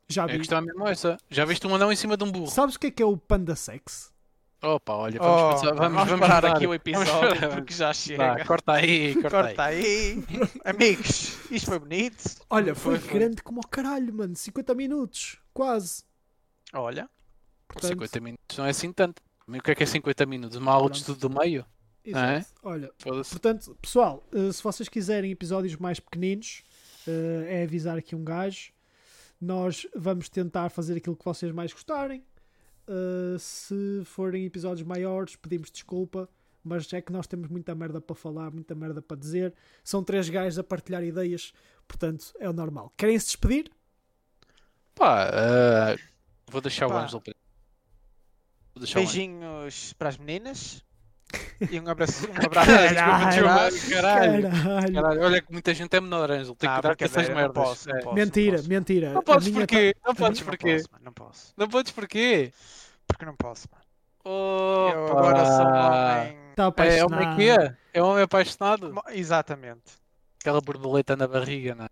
S1: Já
S3: É a
S1: vi.
S3: questão é mesmo essa. Já viste um anão em cima de um burro?
S1: Sabes o que é que é o panda sex?
S3: Opa, olha, vamos,
S2: Oh,
S3: passar- vamos,
S2: vamos
S3: vamos
S2: parar
S3: mudar.
S2: aqui o
S3: Vamos
S2: episódio
S3: parar.
S2: porque já
S3: Vá,
S2: chega.
S3: corta aí, corta, aí.
S2: Corta aí. Amigos, isto foi bonito.
S1: Olha, foi,
S3: Foi, foi.
S1: grande como o caralho, mano. 50 minutos, quase.
S2: Olha,
S1: Portanto,
S3: 50 minutos não é assim tanto. O que é que é 50 minutos? Uma aula de
S1: Pronto.
S3: estudo do meio?
S1: exato.
S3: não é?
S1: Olha,
S3: Foda-se.
S1: portanto, pessoal, eh, se vocês quiserem episódios mais pequeninos, eh, é avisar aqui um gajo. Nós vamos tentar fazer aquilo que vocês mais gostarem. Eh, se forem episódios maiores, pedimos desculpa. Mas é que nós temos muita merda para falar, muita merda para dizer. São três gajos a partilhar ideias, portanto é o normal. Querem se despedir?
S3: Pá, ah, vou deixar o
S2: Pá.
S3: Ângelo. para- Vou deixar o Ângelo.
S2: beijinhos para as meninas. E um abraço. Um abraço.
S1: Caralho.
S2: desculpa,
S3: Caralho,
S2: desculpa.
S3: caralho,
S1: Caralho.
S3: caralho, olha que muita gente é menor, Ângelo. Tem
S2: Não,
S3: que dar com essas
S2: Tá, brincadeira, não
S3: merdas.
S2: posso,
S3: É.
S2: não posso.
S1: mentira,
S2: não posso.
S1: mentira.
S3: Não
S1: A
S3: podes
S1: minha
S3: porquê? Não
S1: minha
S3: podes
S2: Não
S3: porquê?
S2: posso, mano, não posso.
S3: Não podes porquê?
S2: Porque não posso, mano. Eu
S3: Opa.
S2: agora sou um homem.
S1: Tá
S3: É, é
S1: apaixonado.
S3: homem que é? É homem apaixonado?
S2: Mo- Exatamente.
S3: Aquela borboleta na barriga, não é?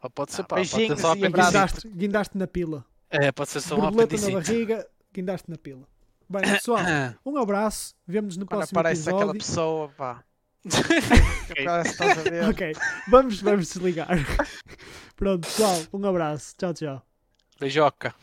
S3: Pá, pode ser,
S2: Ah,
S3: pá, pode ser
S2: beijinhos
S3: só
S2: e
S3: a apendicite.
S2: abraços.
S1: Guindaste, guindaste na pila.
S3: É, pode ser só um
S1: Borboleta na
S3: apendicite.
S1: barriga, guindaste na pila. Bem, pessoal, um abraço. Vemo-nos no
S2: Quando
S1: próximo
S2: aparece aquela
S1: episódio.
S2: pessoa, pá. Parece que estás a ver.
S1: Ok, vamos, vamos desligar. Pronto, pessoal, um abraço. Tchau, tchau.
S3: Beijoca.